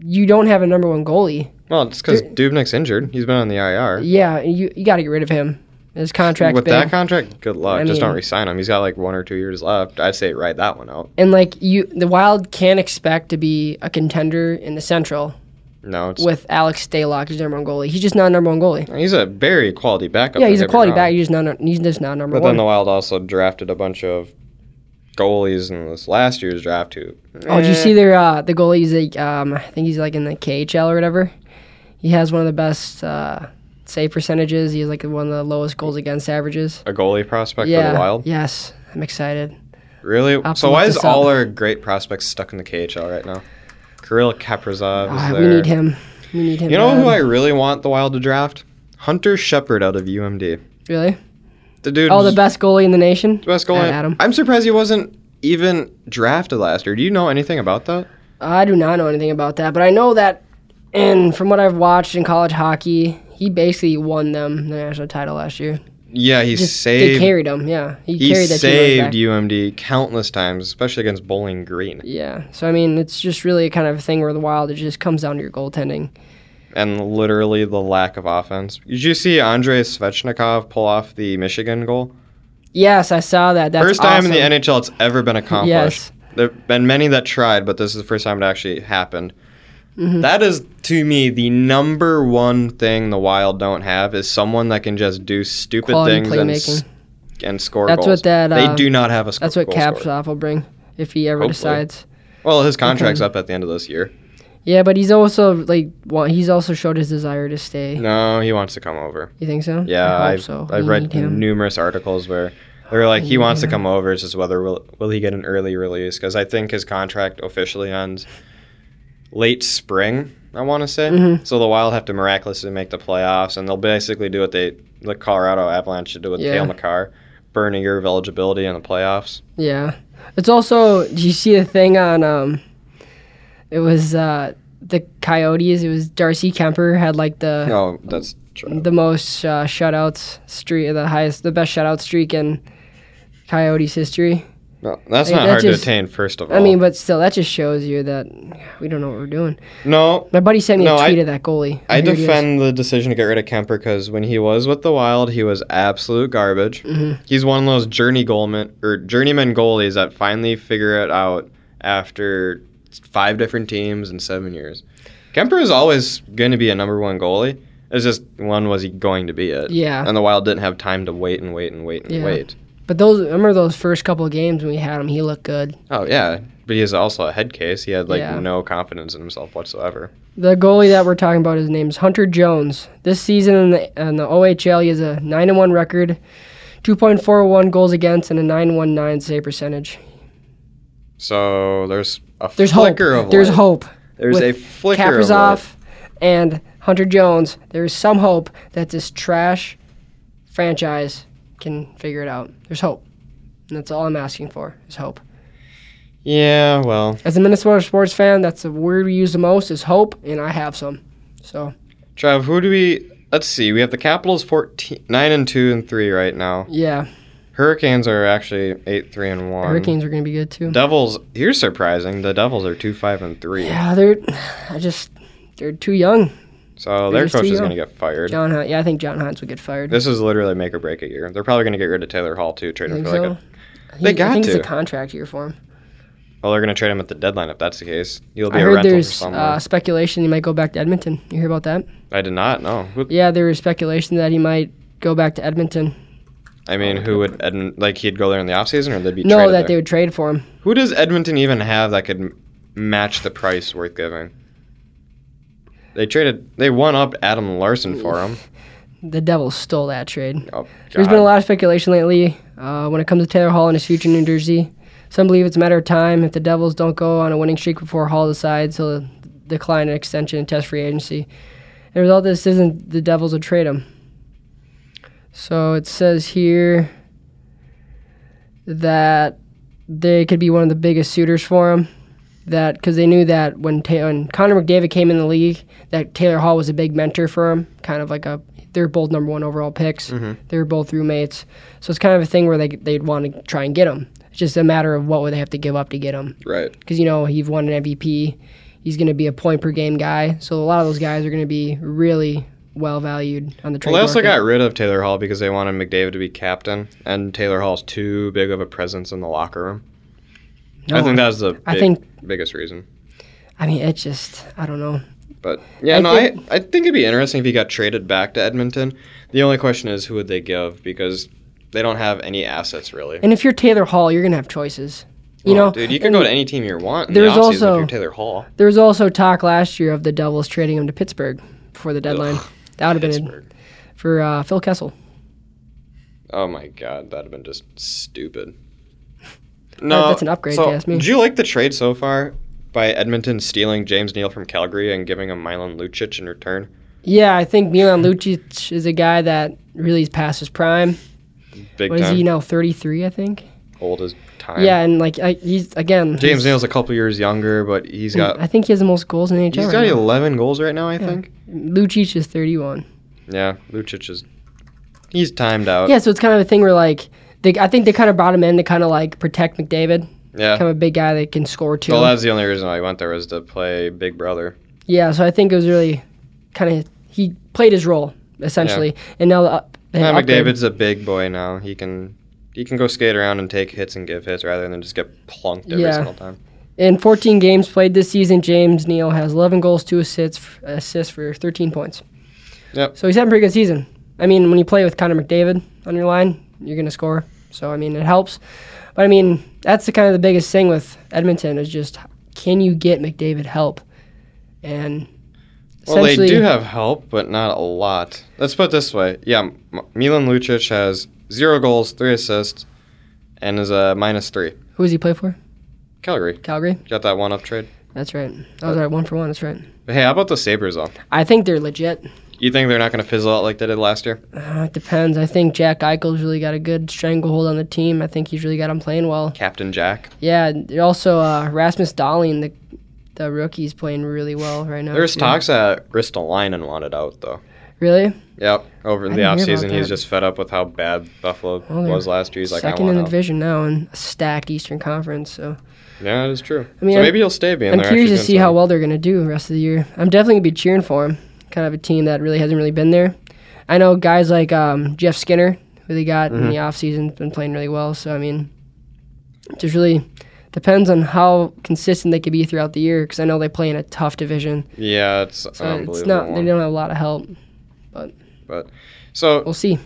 Speaker 1: You don't have a number one goalie.
Speaker 2: Well, it's because Dubnik's injured. He's been on the IR.
Speaker 1: Yeah, you you got to get rid of him. His contract's
Speaker 2: With
Speaker 1: big,
Speaker 2: that contract, good luck.
Speaker 1: I
Speaker 2: Just don't
Speaker 1: mean-
Speaker 2: resign him. He's got like one or two years left. I'd say ride that one out.
Speaker 1: and like you, the Wild can't expect to be a contender in the Central
Speaker 2: No, it's,
Speaker 1: with Alex Stalock as number one goalie. He's just not a number one goalie.
Speaker 2: he's a very quality backup.
Speaker 1: Yeah,
Speaker 2: don't
Speaker 1: he's a
Speaker 2: get me
Speaker 1: quality
Speaker 2: wrong.
Speaker 1: back. He's just not. He's just not number
Speaker 2: But
Speaker 1: one.
Speaker 2: then the Wild also drafted a bunch of goalies in this last year's draft who.
Speaker 1: Oh, did
Speaker 2: Eh.
Speaker 1: you see their uh, the goalie? He's like, um, I think he's like in the KHL or whatever. He has one of the best uh, save percentages. He's like one of the lowest goals against averages.
Speaker 2: a goalie prospect
Speaker 1: yeah.
Speaker 2: for the Wild?
Speaker 1: Yes, I'm excited.
Speaker 2: Really?
Speaker 1: have to
Speaker 2: So
Speaker 1: look
Speaker 2: why is
Speaker 1: this up.
Speaker 2: all our great prospects stuck in the KHL right now? Kirill Kaprizov is
Speaker 1: Ah,
Speaker 2: there.
Speaker 1: we need him. We need him. Um,
Speaker 2: You know
Speaker 1: bad.
Speaker 2: who I really want the Wild to draft? Hunter Shepard out of UMD.
Speaker 1: really?
Speaker 2: The dude.
Speaker 1: Oh, the best goalie in the nation.
Speaker 2: best goalie.
Speaker 1: Matt Adam.
Speaker 2: I'm surprised he wasn't even drafted last year. Do you know anything about that?
Speaker 1: I do not know anything about that, but I know that, and from what I've watched in college hockey, he basically won them the national title last year.
Speaker 2: Yeah, he
Speaker 1: Just- They
Speaker 2: saved.
Speaker 1: carried him. Yeah, he,
Speaker 2: He
Speaker 1: carried that team right back.
Speaker 2: saved UMD countless times, especially against Bowling Green.
Speaker 1: Yeah. So I mean, it's just really kind of a thing where the Wild it just comes down to your goaltending.
Speaker 2: and literally the lack of offense. Did you see Andrei Svechnikov pull off the Michigan goal?
Speaker 1: Yes, I saw that. That's
Speaker 2: first time
Speaker 1: awesome.
Speaker 2: in the NHL it's ever been accomplished.
Speaker 1: Yes.
Speaker 2: There've been many that tried, but this is the first time it actually happened.
Speaker 1: Mm-hmm.
Speaker 2: That is to me the number one thing the Wild don't have is someone that can just do stupid
Speaker 1: Quality
Speaker 2: things and, s-
Speaker 1: playmaking.
Speaker 2: and score
Speaker 1: That's
Speaker 2: goals.
Speaker 1: what that, uh,
Speaker 2: they do not have a sc-
Speaker 1: That's what
Speaker 2: goal scorer.
Speaker 1: Kapsov will bring if he ever
Speaker 2: Hopefully.
Speaker 1: decides.
Speaker 2: Well, his contract's up at the end of this year.
Speaker 1: Yeah, but he's also like wa- he's also showed his desire to stay.
Speaker 2: No, he wants to come over.
Speaker 1: You think so? I
Speaker 2: Yeah, I
Speaker 1: hope
Speaker 2: have
Speaker 1: so.
Speaker 2: I've
Speaker 1: We
Speaker 2: read
Speaker 1: need him.
Speaker 2: numerous articles where they're like
Speaker 1: We
Speaker 2: he wants
Speaker 1: need
Speaker 2: to come over. It's just whether will will he get an early release because I think his contract officially ends late spring. I want to say
Speaker 1: Mhm.
Speaker 2: so. The Wild have to miraculously make the playoffs, and they'll basically do what they the Colorado Avalanche should do with
Speaker 1: Yeah.
Speaker 2: Kale McCarr, burn a year of eligibility in the playoffs.
Speaker 1: Yeah. It's also did you see the thing on um it was uh the Coyotes, it was Darcy Kemper had like the
Speaker 2: Oh, that's true.
Speaker 1: the most uh, shutouts streak the highest the best shutout streak in Coyotes history.
Speaker 2: No, that's
Speaker 1: Like,
Speaker 2: not
Speaker 1: that
Speaker 2: hard
Speaker 1: just-
Speaker 2: to attain. First of all,
Speaker 1: I mean, but still that just shows you that we don't know what we're doing.
Speaker 2: no,
Speaker 1: My buddy sent me
Speaker 2: No,
Speaker 1: a
Speaker 2: I-
Speaker 1: tweet of that goalie.
Speaker 2: I
Speaker 1: Here it is.
Speaker 2: defend the decision to get rid of Kemper because when he was with the Wild, he was absolute garbage.
Speaker 1: Mhm.
Speaker 2: He's one of those journey goalman or journeyman goalies that finally figure it out after five different teams in seven years. Kemper is always going to be a number one goalie. It's just when was he going to be it?
Speaker 1: Yeah.
Speaker 2: And the Wild didn't have time to wait and wait and wait and
Speaker 1: Yeah.
Speaker 2: wait.
Speaker 1: But those remember those first couple of games when we had him, he looked good.
Speaker 2: Oh yeah, but he is also a head case. He had like
Speaker 1: Yeah.
Speaker 2: no confidence in himself whatsoever.
Speaker 1: The goalie that we're talking about, his name's Hunter Jones. This season in the, in the OHL, he has a 9 1 record, 2.41 goals against, and a 919 save percentage.
Speaker 2: So there's a
Speaker 1: There's
Speaker 2: flicker
Speaker 1: hope.
Speaker 2: of
Speaker 1: There's
Speaker 2: light.
Speaker 1: hope.
Speaker 2: There's a
Speaker 1: with
Speaker 2: flicker of light.
Speaker 1: Kaprizov and Hunter Jones. There's some hope that this trash franchise can figure it out. There's hope. And that's all I'm asking for is hope.
Speaker 2: Yeah, well,
Speaker 1: As a Minnesota sports fan, that's the word we use the most is hope, and I have some. So,
Speaker 2: Trav, who do we? Let's see. We have the Capitals 14, 9 and two and three right now.
Speaker 1: yeah,
Speaker 2: Hurricanes are actually eight, three and one.
Speaker 1: Hurricanes are going to be good too.
Speaker 2: Devils. Here's surprising. The Devils are two, five and three.
Speaker 1: Yeah, they're I just they're too young.
Speaker 2: So
Speaker 1: They're
Speaker 2: their
Speaker 1: just too
Speaker 2: coach is
Speaker 1: young.
Speaker 2: going to get fired.
Speaker 1: John, Hines, yeah, I think John Hines would get fired.
Speaker 2: This is literally make or break a year. They're probably going to get rid of Taylor Hall too, trade
Speaker 1: You
Speaker 2: him
Speaker 1: think
Speaker 2: for like
Speaker 1: so?
Speaker 2: a. They
Speaker 1: He- I
Speaker 2: got
Speaker 1: think
Speaker 2: to.
Speaker 1: it's a contract year for him.
Speaker 2: Well, they're going to trade him at the deadline if that's the case. He'll be
Speaker 1: I
Speaker 2: a
Speaker 1: heard
Speaker 2: rental for
Speaker 1: there's
Speaker 2: someone.
Speaker 1: uh, speculation he might go back to Edmonton. You hear about that?
Speaker 2: I did not know. Who-
Speaker 1: Yeah, there was speculation that he might go back to Edmonton.
Speaker 2: I mean, who would Edmon- like? He'd go there in the offseason, or they'd be
Speaker 1: no,
Speaker 2: traded
Speaker 1: that
Speaker 2: there?
Speaker 1: they would trade for him.
Speaker 2: Who does Edmonton even have that could m- match the price worth giving? They traded. They won up Adam Larson for him.
Speaker 1: The Devils stole that trade.
Speaker 2: Oh,
Speaker 1: There's been a
Speaker 2: God.
Speaker 1: lot of speculation lately uh, when it comes to Taylor Hall and his future in New Jersey. Some believe it's a matter of time if the Devils don't go on a winning streak before Hall decides he'll decline an extension and test free agency. And the result of this isn't the Devils would trade him. So it says here that they could be one of the biggest suitors for him. That because they knew that when, Ta- when Connor McDavid came in the league, that Taylor Hall was a big mentor for him, kind of like a they're both number one overall picks. They were both roommates, so it's kind of a thing where they they'd want to try and get him. It's just a matter of what would they have to give up to get him,
Speaker 2: Right.
Speaker 1: because you know he's won an MVP, he's going to be a point per game guy. So a lot of those guys are going to be really well valued on the trade
Speaker 2: Well, they also
Speaker 1: market.
Speaker 2: got rid of Taylor Hall because they wanted McDavid to be captain, and Taylor Hall's too big of a presence in the locker room. I
Speaker 1: No,
Speaker 2: think that was the
Speaker 1: Oh, I
Speaker 2: big-
Speaker 1: think-
Speaker 2: biggest reason.
Speaker 1: I mean, it's just I don't know.
Speaker 2: But yeah,
Speaker 1: I
Speaker 2: no,
Speaker 1: think-
Speaker 2: I I think it'd be interesting if he got traded back to Edmonton. The only question is who would they give because they don't have any assets really.
Speaker 1: And if you're Taylor Hall, you're going to have choices. You
Speaker 2: Oh,
Speaker 1: know,
Speaker 2: dude, you can go to any team you want. In
Speaker 1: there's
Speaker 2: the offseason
Speaker 1: also-
Speaker 2: if you're Taylor Hall.
Speaker 1: There was also talk last year of the Devils trading him to Pittsburgh before the deadline. that would have been
Speaker 2: Pittsburgh.
Speaker 1: for uh, Phil Kessel.
Speaker 2: Oh my god, that'd have been just stupid.
Speaker 1: that's an upgrade, if you ask me.
Speaker 2: Did you like the trade so far by Edmonton stealing James Neal from Calgary and giving him Milan Lucic in return?
Speaker 1: Yeah, I think Milan Lucic is a guy that really is past his prime.
Speaker 2: Big
Speaker 1: What is
Speaker 2: time,
Speaker 1: he now? Thirty three, I think.
Speaker 2: old as time.
Speaker 1: Yeah, and like I, he's again
Speaker 2: James
Speaker 1: he's-
Speaker 2: Neal's a couple years younger, but he's got
Speaker 1: I think he has the most goals in the NHL.
Speaker 2: he's got
Speaker 1: right now.
Speaker 2: 11 goals right now, I think.
Speaker 1: Lucic is thirty one.
Speaker 2: Yeah, Lucic is he's timed out.
Speaker 1: Yeah, so it's kind of a thing where like they, I think they kind of brought him in to kind of like protect McDavid,
Speaker 2: Yeah.
Speaker 1: kind of a big guy that can score too.
Speaker 2: Well, that's the only reason why he went there was to play Big Brother.
Speaker 1: Yeah, so I think it was really kind of he played his role essentially, and now the up. they
Speaker 2: Yeah,
Speaker 1: had upgrade.
Speaker 2: McDavid's a big boy now. He can he can go skate around and take hits and give hits rather than just get plunked every
Speaker 1: Yeah.
Speaker 2: single time.
Speaker 1: In 14 games played this season, James Neal has 11 goals, two assists, assists for 13 points.
Speaker 2: Yep.
Speaker 1: So he's having a pretty good season. I mean, when you play with Connor McDavid on your line, you're going to score. So I mean, it helps. But I mean, that's the kind of the biggest thing with Edmonton is just can you get McDavid help? And
Speaker 2: Well, they
Speaker 1: essentially,
Speaker 2: do have help, but not a lot. Let's put it this way. Yeah, M- Milan Lucic has zero goals, three assists, and is a minus three.
Speaker 1: who does he play for?
Speaker 2: Calgary
Speaker 1: Calgary.
Speaker 2: got that one up trade.
Speaker 1: That's right. That was right. One for one. That's right.
Speaker 2: But hey, how about the Sabres, though?
Speaker 1: I think they're legit.
Speaker 2: You think they're not going to fizzle out like they did last year?
Speaker 1: Uh, it depends. I think Jack Eichel's really got a good stranglehold on the team. I think he's really got them playing well.
Speaker 2: Captain Jack.
Speaker 1: Yeah. and Also, uh, Rasmus Dahlin, the the rookie's playing really well right now.
Speaker 2: There was
Speaker 1: too.
Speaker 2: talks that Ristolainen wanted out, though.
Speaker 1: Really?
Speaker 2: Yep. Over
Speaker 1: I
Speaker 2: in the
Speaker 1: didn't hear about
Speaker 2: offseason, he was
Speaker 1: that.
Speaker 2: just fed up with how bad Buffalo
Speaker 1: Well, they're
Speaker 2: was last year. He's like, I
Speaker 1: Second in
Speaker 2: want
Speaker 1: the
Speaker 2: out.
Speaker 1: division now and a stacked Eastern Conference. So
Speaker 2: Yeah, it is true.
Speaker 1: I mean,
Speaker 2: so
Speaker 1: I'm-
Speaker 2: maybe he'll stay being
Speaker 1: I'm
Speaker 2: there.
Speaker 1: curious to
Speaker 2: actually
Speaker 1: see
Speaker 2: doing
Speaker 1: how
Speaker 2: something.
Speaker 1: well they're going to do the rest of the year. I'm definitely going to be cheering for them. Kind of a team that really hasn't really been there. I know guys like um, Jeff Skinner, who they got
Speaker 2: Mm-hmm.
Speaker 1: in the offseason, has been playing really well. So, I mean, it just really depends on how consistent they can be throughout the year because I know they play in a tough division.
Speaker 2: Yeah, it's
Speaker 1: So,
Speaker 2: unbelievable.
Speaker 1: it's not, they
Speaker 2: one.
Speaker 1: don't have a lot of help.
Speaker 2: So
Speaker 1: We'll see.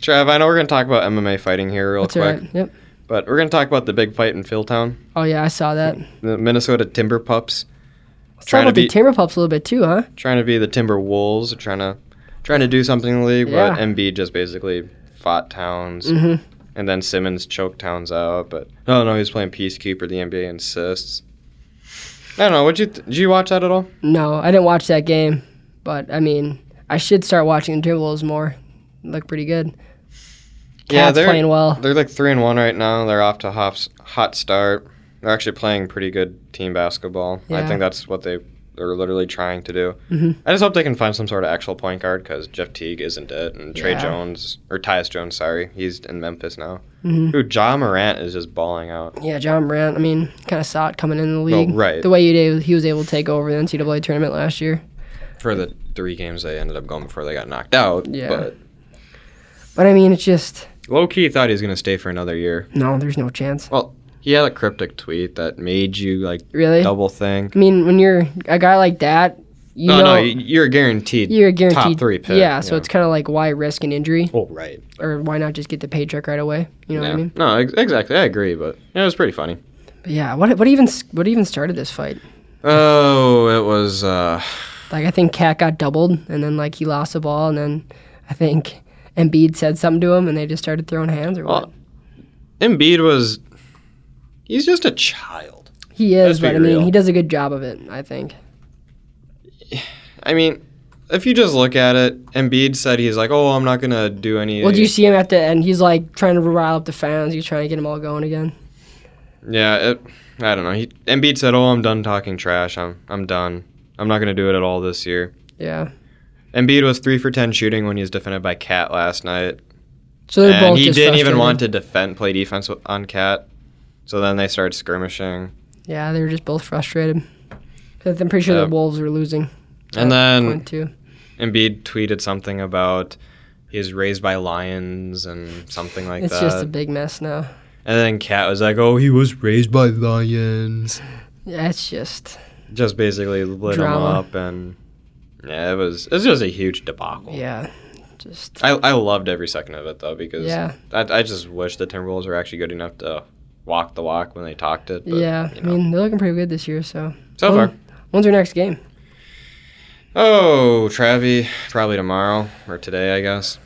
Speaker 2: Trav, I know we're going to talk about MMA fighting here real
Speaker 1: That's all
Speaker 2: quick,
Speaker 1: right. Yep.
Speaker 2: but we're going to talk about the big fight in Philtown,
Speaker 1: Oh, yeah, I saw that. Let's
Speaker 2: the Minnesota Timber Pups
Speaker 1: talk
Speaker 2: Trying to
Speaker 1: about the
Speaker 2: be-
Speaker 1: Timber Pups a little bit too, huh?
Speaker 2: trying to be the Timber Wolves, trying to trying to do something in the league,
Speaker 1: Yeah.
Speaker 2: but MB just basically fought Towns,
Speaker 1: Mhm.
Speaker 2: and then Simmons choked Towns out. But no, no, he was playing peacekeeper. The NBA insists. I don't know. Would you did you watch that at all?
Speaker 1: No, I didn't watch that game, but I mean, I should start watching the Timberwolves more. Look pretty good. Cats
Speaker 2: Yeah, they're-
Speaker 1: playing well.
Speaker 2: They're like three and one right now. They're off to hot hot start. They're actually playing pretty good team basketball.
Speaker 1: Yeah.
Speaker 2: I think that's what they they're literally trying to do.
Speaker 1: Mhm.
Speaker 2: I just hope they can find some sort of actual point guard because Jeff Teague isn't it, and Trey
Speaker 1: Yeah.
Speaker 2: Jones or Tyus Jones, sorry, he's in Memphis now.
Speaker 1: Mhm.
Speaker 2: Who Ja Morant is just balling out.
Speaker 1: Yeah, John Morant. I mean, kind of saw it coming in the league.
Speaker 2: right.
Speaker 1: The way he did, he was able to take over the NCAA tournament last year.
Speaker 2: For the three games they ended up going before they got knocked out,
Speaker 1: Yeah.
Speaker 2: yeah. but
Speaker 1: But I mean, it's just
Speaker 2: low key thought he was gonna stay for another year.
Speaker 1: no. There's no chance.
Speaker 2: He had a cryptic tweet that made you like
Speaker 1: Really.
Speaker 2: double think.
Speaker 1: I mean, when you're a guy like that, you
Speaker 2: no,
Speaker 1: know
Speaker 2: no, y- you're guaranteed.
Speaker 1: you're a guaranteed
Speaker 2: three pick,
Speaker 1: Yeah, so
Speaker 2: yeah.
Speaker 1: it's kind of like why risk an injury
Speaker 2: oh right.
Speaker 1: or why not just get the paycheck right away? You know what I mean?
Speaker 2: No, ex- exactly. I agree, but yeah, it was pretty funny.
Speaker 1: But yeah. What what even s- what even started this fight?
Speaker 2: Oh, it was. uh
Speaker 1: Like I think Cat got doubled, and then like he lost the ball, and then I think Embiid said something to him, and they just started throwing hands or what?
Speaker 2: Well, Embiid was. He's just a child.
Speaker 1: he is,
Speaker 2: let's be
Speaker 1: but I mean,
Speaker 2: real.
Speaker 1: he does a good job of it. I think.
Speaker 2: I mean, if you just look at it, Embiid said he's like, "Oh, I'm not gonna do any."
Speaker 1: Well, do you see him at the end? He's like trying to rile up the fans. He's trying to get them all going again.
Speaker 2: yeah, it, I don't know. He, Embiid said, "Oh, I'm done talking trash. I'm I'm done. I'm not gonna do it at all this year."
Speaker 1: Yeah.
Speaker 2: Embiid was three for ten shooting when he was defended by Cat last night.
Speaker 1: So they're
Speaker 2: and
Speaker 1: both.
Speaker 2: he
Speaker 1: just
Speaker 2: didn't even
Speaker 1: frustrated.
Speaker 2: want to defend, play defense with- on Cat. So then they started skirmishing,
Speaker 1: Yeah, they were just both frustrated. 'Cause I'm pretty sure
Speaker 2: Yeah. Mm.
Speaker 1: the Wolves were losing.
Speaker 2: and
Speaker 1: Oh,
Speaker 2: then
Speaker 1: Point two.
Speaker 2: Embiid tweeted something about he was raised by lions and something like
Speaker 1: it's
Speaker 2: that.
Speaker 1: just a big mess now.
Speaker 2: and then Cat was like, "Oh, he was raised by lions."
Speaker 1: Yeah, it's just.
Speaker 2: Just basically lit
Speaker 1: Drama.
Speaker 2: him up, and yeah, it was it was just a huge debacle.
Speaker 1: Yeah. Just.
Speaker 2: I, I loved every second of it though because
Speaker 1: Yeah.
Speaker 2: I, I just wish the Timberwolves were actually good enough to walk the walk when they talked it. But,
Speaker 1: yeah.
Speaker 2: you
Speaker 1: I
Speaker 2: know.
Speaker 1: mean, they're looking pretty good this year. So.
Speaker 2: so far.
Speaker 1: When's your next game?
Speaker 2: Oh, Travi, probably tomorrow or today, I guess.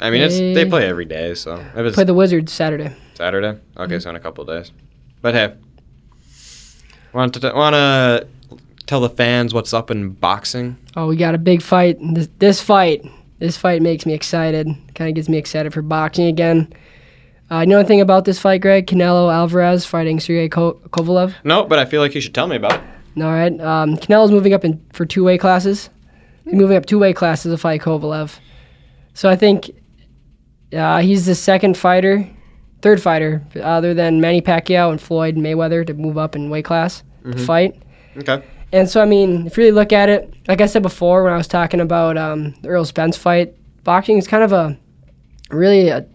Speaker 2: I mean, it's they
Speaker 1: Hey.
Speaker 2: play every day, so if it's
Speaker 1: Play the Wizards Saturday.
Speaker 2: Saturday, okay,
Speaker 1: Mm-hmm.
Speaker 2: so in a couple days. But hey, want to want to tell the fans what's up in boxing?
Speaker 1: Oh, we got a big fight. This, this fight, this fight makes me excited. Kind of gets me excited for boxing again. Uh, you know anything about this fight, Greg? Canelo Alvarez fighting Sergey Ko- Kovalev.
Speaker 2: No, but I feel like you should tell me about it.
Speaker 1: All right. Um, Canelo's moving up in for two weight classes. He's moving up two weight classes to fight Kovalev. So I think uh, he's the second fighter, third fighter, other than Manny Pacquiao and Floyd Mayweather, to move up in weight class to fight.
Speaker 2: Okay.
Speaker 1: And so, I mean, if you really look at it, like I said before when I was talking about um, the Earl Spence fight, boxing is kind of a really a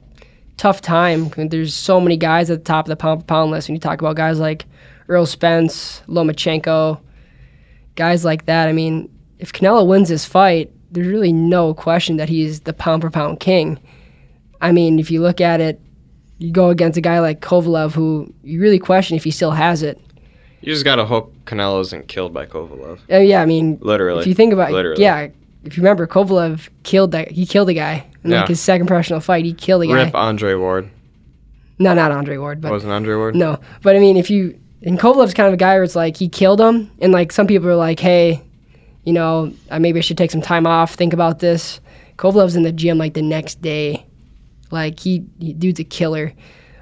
Speaker 1: tough time. I mean, There's so many guys at the top of the pound for pound list. When you talk about guys like Earl Spence, Lomachenko, guys like that, I mean, if Canelo wins this fight, there's really no question that he's the pound for pound king. I mean, if you look at it, you go against a guy like Kovalev, who you really question if he still has it.
Speaker 2: You just gotta hope Canelo isn't killed by Kovalev.
Speaker 1: Uh, yeah, I mean,
Speaker 2: Literally.
Speaker 1: if you think about it,
Speaker 2: Literally.
Speaker 1: yeah, if you remember, Kovalev killed that. He killed a guy in
Speaker 2: Yeah.
Speaker 1: like his second professional fight. He killed a guy.
Speaker 2: Rip Andre Ward.
Speaker 1: No, not Andre Ward, but
Speaker 2: Wasn't Andre Ward?
Speaker 1: no. But I mean, if you and Kovalev's kind of a guy where it's like he killed him, and like some people are like, hey, you know, I maybe I should take some time off, think about this. Kovalev's in the gym like the next day, like he, he dude's a killer.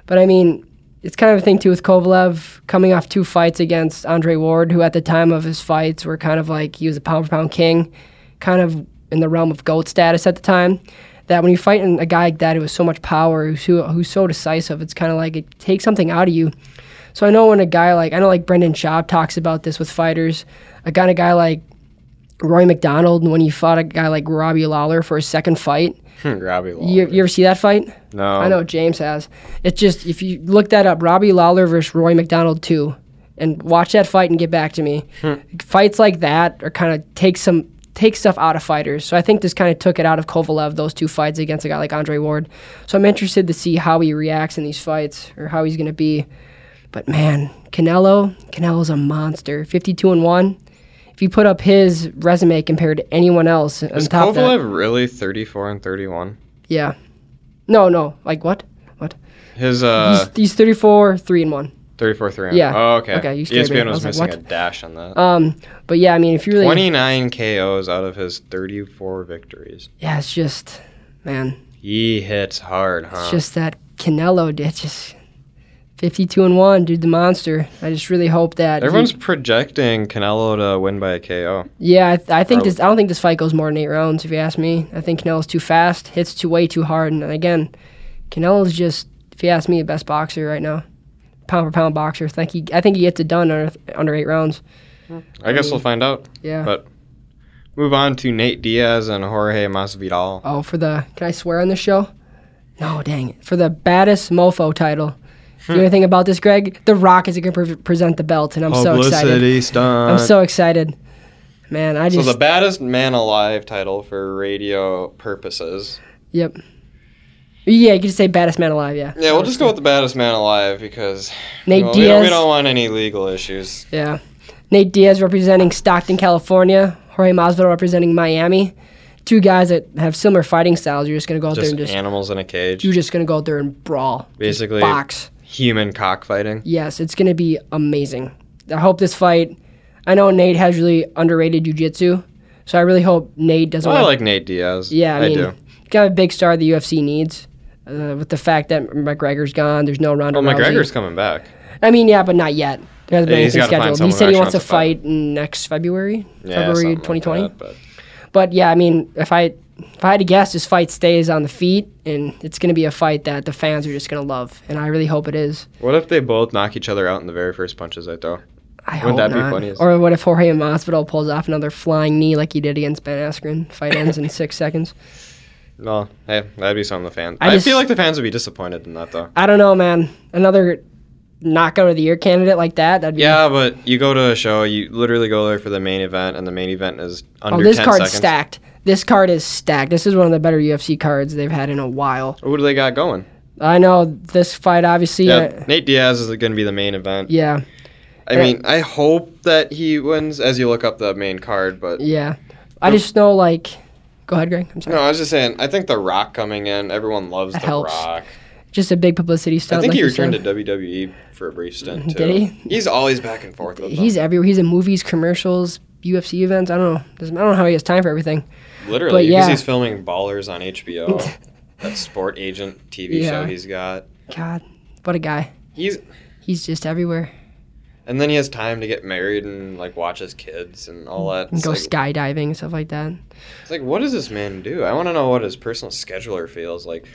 Speaker 1: But I mean, it's kind of a thing too with Kovalev coming off two fights against Andre Ward, who at the time of his fights were kind of like he was a pound for pound king, kind of in the realm of goat status at the time. That when you're fighting a guy like that who has so much power, who's so, who's so decisive, it's kind of like it takes something out of you. So I know when a guy like I know like Brendan Schaub talks about this with fighters, a kind of guy like Roy McDonald when he fought a guy like Robbie Lawler for his second fight.
Speaker 2: Robbie Lawler.
Speaker 1: You, you ever see that fight?
Speaker 2: no.
Speaker 1: I know James has. It's just if you look that up, Robbie Lawler versus Roy McDonald two, and watch that fight and get back to me.
Speaker 2: Hmm.
Speaker 1: Fights like that are kind of take some take stuff out of fighters. So I think this kind of took it out of Kovalev those two fights against a guy like Andre Ward. So I'm interested to see how he reacts in these fights or how he's going to be. But man, Canelo, Canelo's a monster. 52 and one. If you put up his resume compared to anyone else, on
Speaker 2: Is
Speaker 1: top of that-
Speaker 2: Kovalev really 34 and 31?
Speaker 1: yeah, no, no, like what? What?
Speaker 2: His uh,
Speaker 1: he's, he's 34, 3 and 1.
Speaker 2: 34 3.
Speaker 1: Yeah.
Speaker 2: Oh, okay.
Speaker 1: Okay, you scared me.
Speaker 2: ESPN
Speaker 1: I
Speaker 2: was,
Speaker 1: was like,
Speaker 2: missing
Speaker 1: what?
Speaker 2: a dash on that.
Speaker 1: Um, but yeah, I mean, if you really,
Speaker 2: 29 KOs out of his 34 victories.
Speaker 1: yeah, it's just, man,
Speaker 2: He hits hard, huh?
Speaker 1: it's just that Canelo, dude, it's just 52 and 1, dude, the monster. I just really hope that. he-
Speaker 2: Everyone's projecting Canelo to win by a KO.
Speaker 1: yeah, I, th- I think this, I don't think this fight goes more than eight rounds, if you ask me. I think Canelo's too fast, hits too way too hard. And again, Canelo's just, if you ask me, the best boxer right now. Pound for pound boxer. I think he, I think he gets it done under, under eight rounds.
Speaker 2: I guess we'll find out.
Speaker 1: Yeah.
Speaker 2: But- Move on to Nate Diaz and Jorge Masvidal.
Speaker 1: Oh, for the can I swear on this show? No, dang it. For the baddest mofo title.
Speaker 2: Hmm.
Speaker 1: Do you know anything about this, Greg? The Rock is going to pre- present the belt, and I'm so excited.
Speaker 2: stunt.
Speaker 1: I'm so excited, man. I
Speaker 2: uh, So
Speaker 1: just
Speaker 2: the baddest man alive title for radio purposes.
Speaker 1: yep. Yeah, you could just say baddest man alive. Yeah.
Speaker 2: Yeah, we'll just go with the baddest man alive because
Speaker 1: Nate
Speaker 2: well, we,
Speaker 1: Diaz.
Speaker 2: don't, we don't want any legal issues.
Speaker 1: Yeah. Nate Diaz representing Stockton, California. Jorge Masvidal representing Miami. Two guys that have similar fighting styles. You're just going to go out
Speaker 2: Just
Speaker 1: there and just
Speaker 2: animals in a cage.
Speaker 1: you're just going to go out there and brawl. Just
Speaker 2: Basically-
Speaker 1: box.
Speaker 2: Human cockfighting.
Speaker 1: Yes, it's going to be amazing. I hope this fight. I know Nate has really underrated jujitsu, so I really hope Nate doesn't.
Speaker 2: I
Speaker 1: wanna-
Speaker 2: like Nate Diaz.
Speaker 1: yeah, I, mean,
Speaker 2: do.
Speaker 1: got a big star the UFC needs. Uh, with the fact that McGregor's gone, there's no Ronda
Speaker 2: Well,
Speaker 1: Rousey.
Speaker 2: McGregor's coming back.
Speaker 1: I mean, yeah, but not yet. There hasn't been
Speaker 2: Yeah, he's
Speaker 1: anything
Speaker 2: gotta find
Speaker 1: scheduled. He
Speaker 2: someone who
Speaker 1: said he
Speaker 2: actually
Speaker 1: wants to
Speaker 2: wants to fight.
Speaker 1: fight next February,
Speaker 2: Yeah,
Speaker 1: February
Speaker 2: something like
Speaker 1: 2020.
Speaker 2: that, but
Speaker 1: But yeah, I mean, if I if I had to guess, this fight stays on the feet, and it's going to be a fight that the fans are just going to love, and I really hope it is.
Speaker 2: what if they both knock each other out in the very first punches I throw?
Speaker 1: I
Speaker 2: Wouldn't
Speaker 1: hope
Speaker 2: that be
Speaker 1: not.
Speaker 2: funny as-
Speaker 1: Or what if Jorge Masvidal pulls off another flying knee like he did against Ben Askren? Fight ends in six seconds.
Speaker 2: No, hey, that'd be something the fans.
Speaker 1: I
Speaker 2: I,
Speaker 1: just-
Speaker 2: feel like the fans would be disappointed in that though.
Speaker 1: I don't know, man. Another knockout of the year candidate like that. That'd be
Speaker 2: Yeah, but you go to a show, you literally go there for the main event, and the main event is under
Speaker 1: Oh, this
Speaker 2: 10
Speaker 1: card's
Speaker 2: seconds.
Speaker 1: stacked. This card is stacked. This is one of the better UFC cards they've had in a while.
Speaker 2: Who do they got going?
Speaker 1: I know this fight, obviously.
Speaker 2: Yeah,
Speaker 1: uh,
Speaker 2: Nate Diaz is going to be the main event.
Speaker 1: yeah,
Speaker 2: I
Speaker 1: Yeah.
Speaker 2: mean, I hope that he wins as you look up the main card, but
Speaker 1: yeah. I just know, like, go ahead, Greg. I'm sorry.
Speaker 2: no, I was just saying. I think The Rock coming in, everyone loves
Speaker 1: That
Speaker 2: The
Speaker 1: helps.
Speaker 2: Rock.
Speaker 1: Just a big publicity
Speaker 2: I
Speaker 1: stunt.
Speaker 2: think
Speaker 1: like
Speaker 2: he
Speaker 1: you
Speaker 2: returned
Speaker 1: said.
Speaker 2: to WWE for a brief stint too.
Speaker 1: Did he?
Speaker 2: He's always back and forth. With
Speaker 1: He's everywhere. He's in movies, commercials, UFC events. I don't know. Doesn't- I don't know how he has time for everything.
Speaker 2: them. literally
Speaker 1: but
Speaker 2: because
Speaker 1: yeah.
Speaker 2: he's filming Ballers on HBO, that sport agent TV show
Speaker 1: Yeah.
Speaker 2: he's got.
Speaker 1: God, what a guy.
Speaker 2: He's
Speaker 1: He's just everywhere.
Speaker 2: and then he has time to get married and like watch his kids and all that.
Speaker 1: and
Speaker 2: It's
Speaker 1: go
Speaker 2: like,
Speaker 1: skydiving and stuff like that.
Speaker 2: It's like, what does this man do? I want to know what his personal scheduler feels like.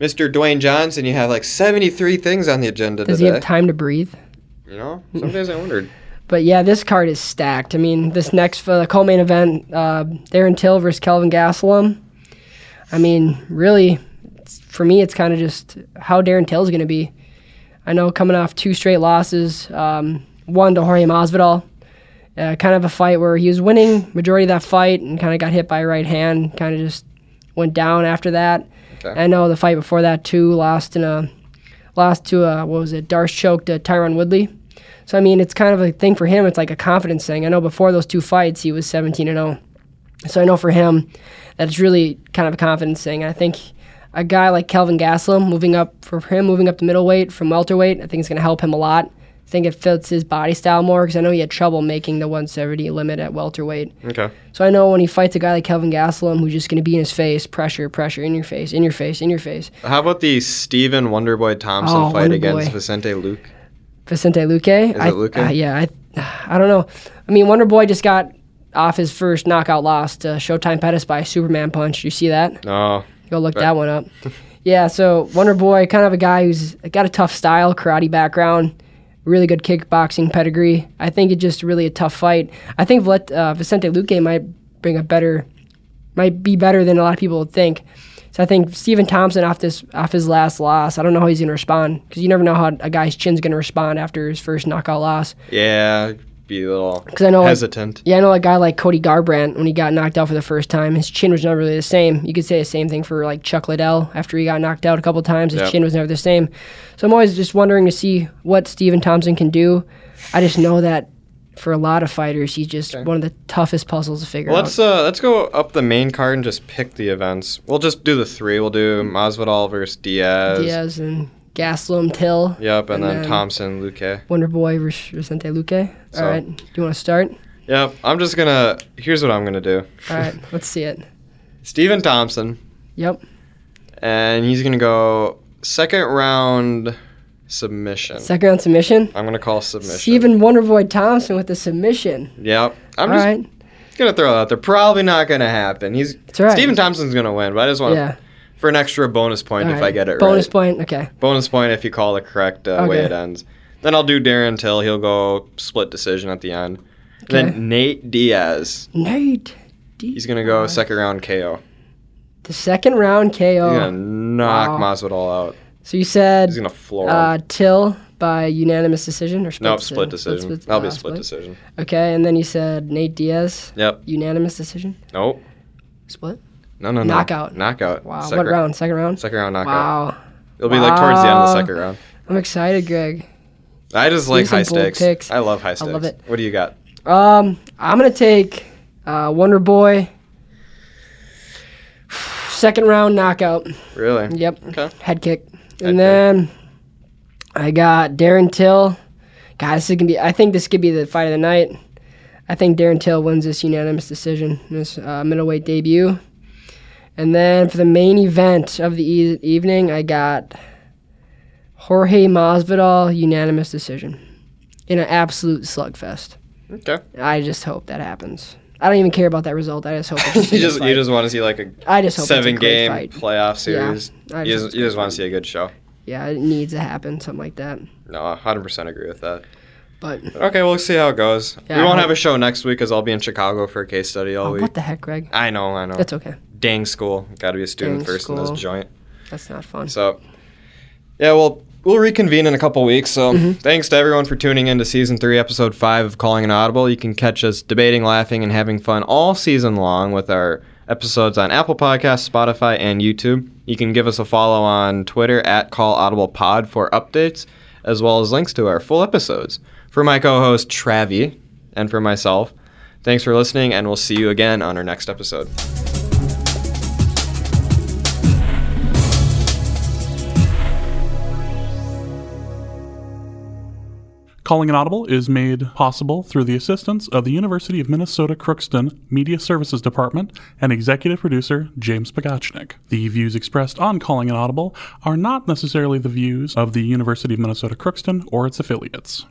Speaker 2: Mr. Dwayne Johnson, you have like 73 things on the agenda
Speaker 1: Does he
Speaker 2: today.
Speaker 1: have time to breathe?
Speaker 2: you know, some days I wondered.
Speaker 1: But yeah, this card is stacked. I mean, this next uh, co-main event, uh, Darren Till versus Kelvin Gastelum. I mean, really, it's, for me, it's kind of just how Darren Till's going to be. I know coming off two straight losses, um, one to Jorge Masvidal, uh, kind of a fight where he was winning majority of that fight and kind of got hit by a right hand, kind of just went down after that.
Speaker 2: Okay.
Speaker 1: I know the fight before that too, lost in a lost to uh what was it, Darce choke to Tyron Woodley. So I mean, it's kind of a thing for him. It's like a confidence thing. I know before those two fights, he was 17 and 0. So I know for him, that's really kind of a confidence thing. I think a guy like Kelvin Gaslam moving up for him moving up to middleweight from welterweight, I think it's going to help him a lot. I think it fits his body style more because I know he had trouble making the 170 limit at welterweight.
Speaker 2: Okay.
Speaker 1: So I know when he fights a guy like Kelvin Gaslam, who's just going to be in his face, pressure, pressure, in your face, in your face, in your face.
Speaker 2: How about the Steven Wonderboy Thompson
Speaker 1: Oh,
Speaker 2: fight
Speaker 1: Wonderboy.
Speaker 2: against Vicente Luke?
Speaker 1: Vicente Luque.
Speaker 2: it
Speaker 1: I,
Speaker 2: Luque?
Speaker 1: uh, yeah, I, I don't know. I mean, Wonder Boy just got off his first knockout loss to Showtime Pettis by a Superman punch. You see that?
Speaker 2: Oh,
Speaker 1: Go look
Speaker 2: Right.
Speaker 1: that one up. yeah, so Wonder Boy, kind of a guy who's got a tough style, karate background, really good kickboxing pedigree. I think it's just really a tough fight. I think Vlet, uh, Vicente Luque might bring a better, might be better than a lot of people would think. So I think Steven Thompson off this off his last loss. I don't know how he's going to respond because you never know how a guy's chin's going to respond after his first knockout loss.
Speaker 2: yeah. Be a little
Speaker 1: Because I know like,
Speaker 2: hesitant.
Speaker 1: yeah, I know a guy like Cody Garbrandt when he got knocked out for the first time, his chin was never really the same. You could say the same thing for like Chuck Liddell after he got knocked out a couple times, his
Speaker 2: Yep.
Speaker 1: chin was never the same. So I'm always just wondering to see what Steven Thompson can do. I just know that for a lot of fighters, he's just one of the toughest puzzles to figure
Speaker 2: Let's uh, let's go up the main card and just pick the events. We'll just do the three. We'll do Masvidal versus Diaz.
Speaker 1: out. Diaz and Gaslam, Till,
Speaker 2: Yep,
Speaker 1: And
Speaker 2: and, then,
Speaker 1: then-
Speaker 2: Thompson, Luque.
Speaker 1: Wonder Boy, versus Vicente Luque.
Speaker 2: So-
Speaker 1: All right, do you want to start?
Speaker 2: Yep. I'm just gonna. Here's what I'm gonna do.
Speaker 1: All right, let's see it.
Speaker 2: Steven Thompson,
Speaker 1: Yep,
Speaker 2: and he's gonna go second round submission.
Speaker 1: second round submission.
Speaker 2: I'm gonna call submission.
Speaker 1: Steven Wonderboy Thompson with the submission.
Speaker 2: Yep.
Speaker 1: All
Speaker 2: I'm
Speaker 1: right.
Speaker 2: just gonna throw it out there. Probably not gonna happen. He's
Speaker 1: It's all right.
Speaker 2: Steven Thompson's gonna win, but I just want
Speaker 1: Yeah.
Speaker 2: for an extra bonus point if
Speaker 1: All
Speaker 2: I
Speaker 1: right.
Speaker 2: get it
Speaker 1: Bonus
Speaker 2: right.
Speaker 1: point. Okay.
Speaker 2: bonus point if you call the correct uh, way
Speaker 1: Okay.
Speaker 2: it ends. Then I'll do Darren Till. He'll go split decision at the end.
Speaker 1: Okay.
Speaker 2: Then Nate Diaz.
Speaker 1: Nate. D-
Speaker 2: He's gonna go second round KO.
Speaker 1: The second round KO.
Speaker 2: He's gonna knock
Speaker 1: Oh. Wow.
Speaker 2: Masvidal out.
Speaker 1: So you said
Speaker 2: He's gonna floor him.
Speaker 1: uh, Till by unanimous decision or split
Speaker 2: nope,
Speaker 1: decision?
Speaker 2: split decision. That'll be a split, decision.
Speaker 1: decision. Okay, and then you said Nate Diaz.
Speaker 2: Yep.
Speaker 1: Unanimous decision.
Speaker 2: Nope.
Speaker 1: Split.
Speaker 2: No, no, no.
Speaker 1: Knockout.
Speaker 2: Knockout.
Speaker 1: Wow.
Speaker 2: Second,
Speaker 1: what round? Second round.
Speaker 2: Second round knockout.
Speaker 1: wow.
Speaker 2: It'll be like towards the end of the
Speaker 1: Wow.
Speaker 2: second round.
Speaker 1: I'm excited, Greg.
Speaker 2: I just like
Speaker 1: These are
Speaker 2: high
Speaker 1: bold
Speaker 2: stakes.
Speaker 1: picks.
Speaker 2: I love high stakes.
Speaker 1: love it.
Speaker 2: What do you got?
Speaker 1: Um, I'm gonna take uh, Wonder Boy. Second round knockout.
Speaker 2: Really?
Speaker 1: Yep.
Speaker 2: Okay.
Speaker 1: Head kick.
Speaker 2: kick.
Speaker 1: And then I got Darren Till. God, this is gonna be. I think this could be the fight of the night. I think Darren Till wins this unanimous decision in his uh, middleweight debut. And then for the main event of the e- evening, I got Jorge Masvidal unanimous decision in an absolute slugfest.
Speaker 2: Okay.
Speaker 1: I just hope that happens. I don't even care about that result. I just hope. It's just a good
Speaker 2: you just you
Speaker 1: fight.
Speaker 2: just want to see like a
Speaker 1: I just hope
Speaker 2: seven
Speaker 1: it's a great
Speaker 2: game
Speaker 1: fight.
Speaker 2: playoff series.
Speaker 1: I
Speaker 2: you
Speaker 1: just hope
Speaker 2: just,
Speaker 1: it's
Speaker 2: you
Speaker 1: a
Speaker 2: just
Speaker 1: great
Speaker 2: want to see a good show.
Speaker 1: Yeah, it needs to happen, something like that.
Speaker 2: No, I 100% agree with that.
Speaker 1: But
Speaker 2: Okay, we'll see how it goes.
Speaker 1: Yeah,
Speaker 2: we
Speaker 1: I
Speaker 2: won't
Speaker 1: hope-
Speaker 2: have a show next week because I'll be in Chicago for a case study all
Speaker 1: Oh,
Speaker 2: week.
Speaker 1: what the heck, Greg?
Speaker 2: I know, I know.
Speaker 1: That's okay.
Speaker 2: Dang school. Got to be a student
Speaker 1: Dang
Speaker 2: first in
Speaker 1: school.
Speaker 2: this joint.
Speaker 1: That's not fun.
Speaker 2: So, yeah, well, we'll reconvene in a couple weeks. So, thanks to everyone for tuning in to season three, episode five of Calling an Audible. You can catch us debating, laughing, and having fun all season long with our episodes on Apple Podcasts, Spotify, and YouTube. You can give us a follow on Twitter at Call Audible Pod for updates, as well as links to our full episodes. For my co host, Travi, and for myself, thanks for listening, and we'll see you again on our next episode.
Speaker 3: Calling an Audible is made possible through the assistance of the University of Minnesota Crookston Media Services Department and executive producer James Pagachnik. The views expressed on Calling an Audible are not necessarily the views of the University of Minnesota Crookston or its affiliates.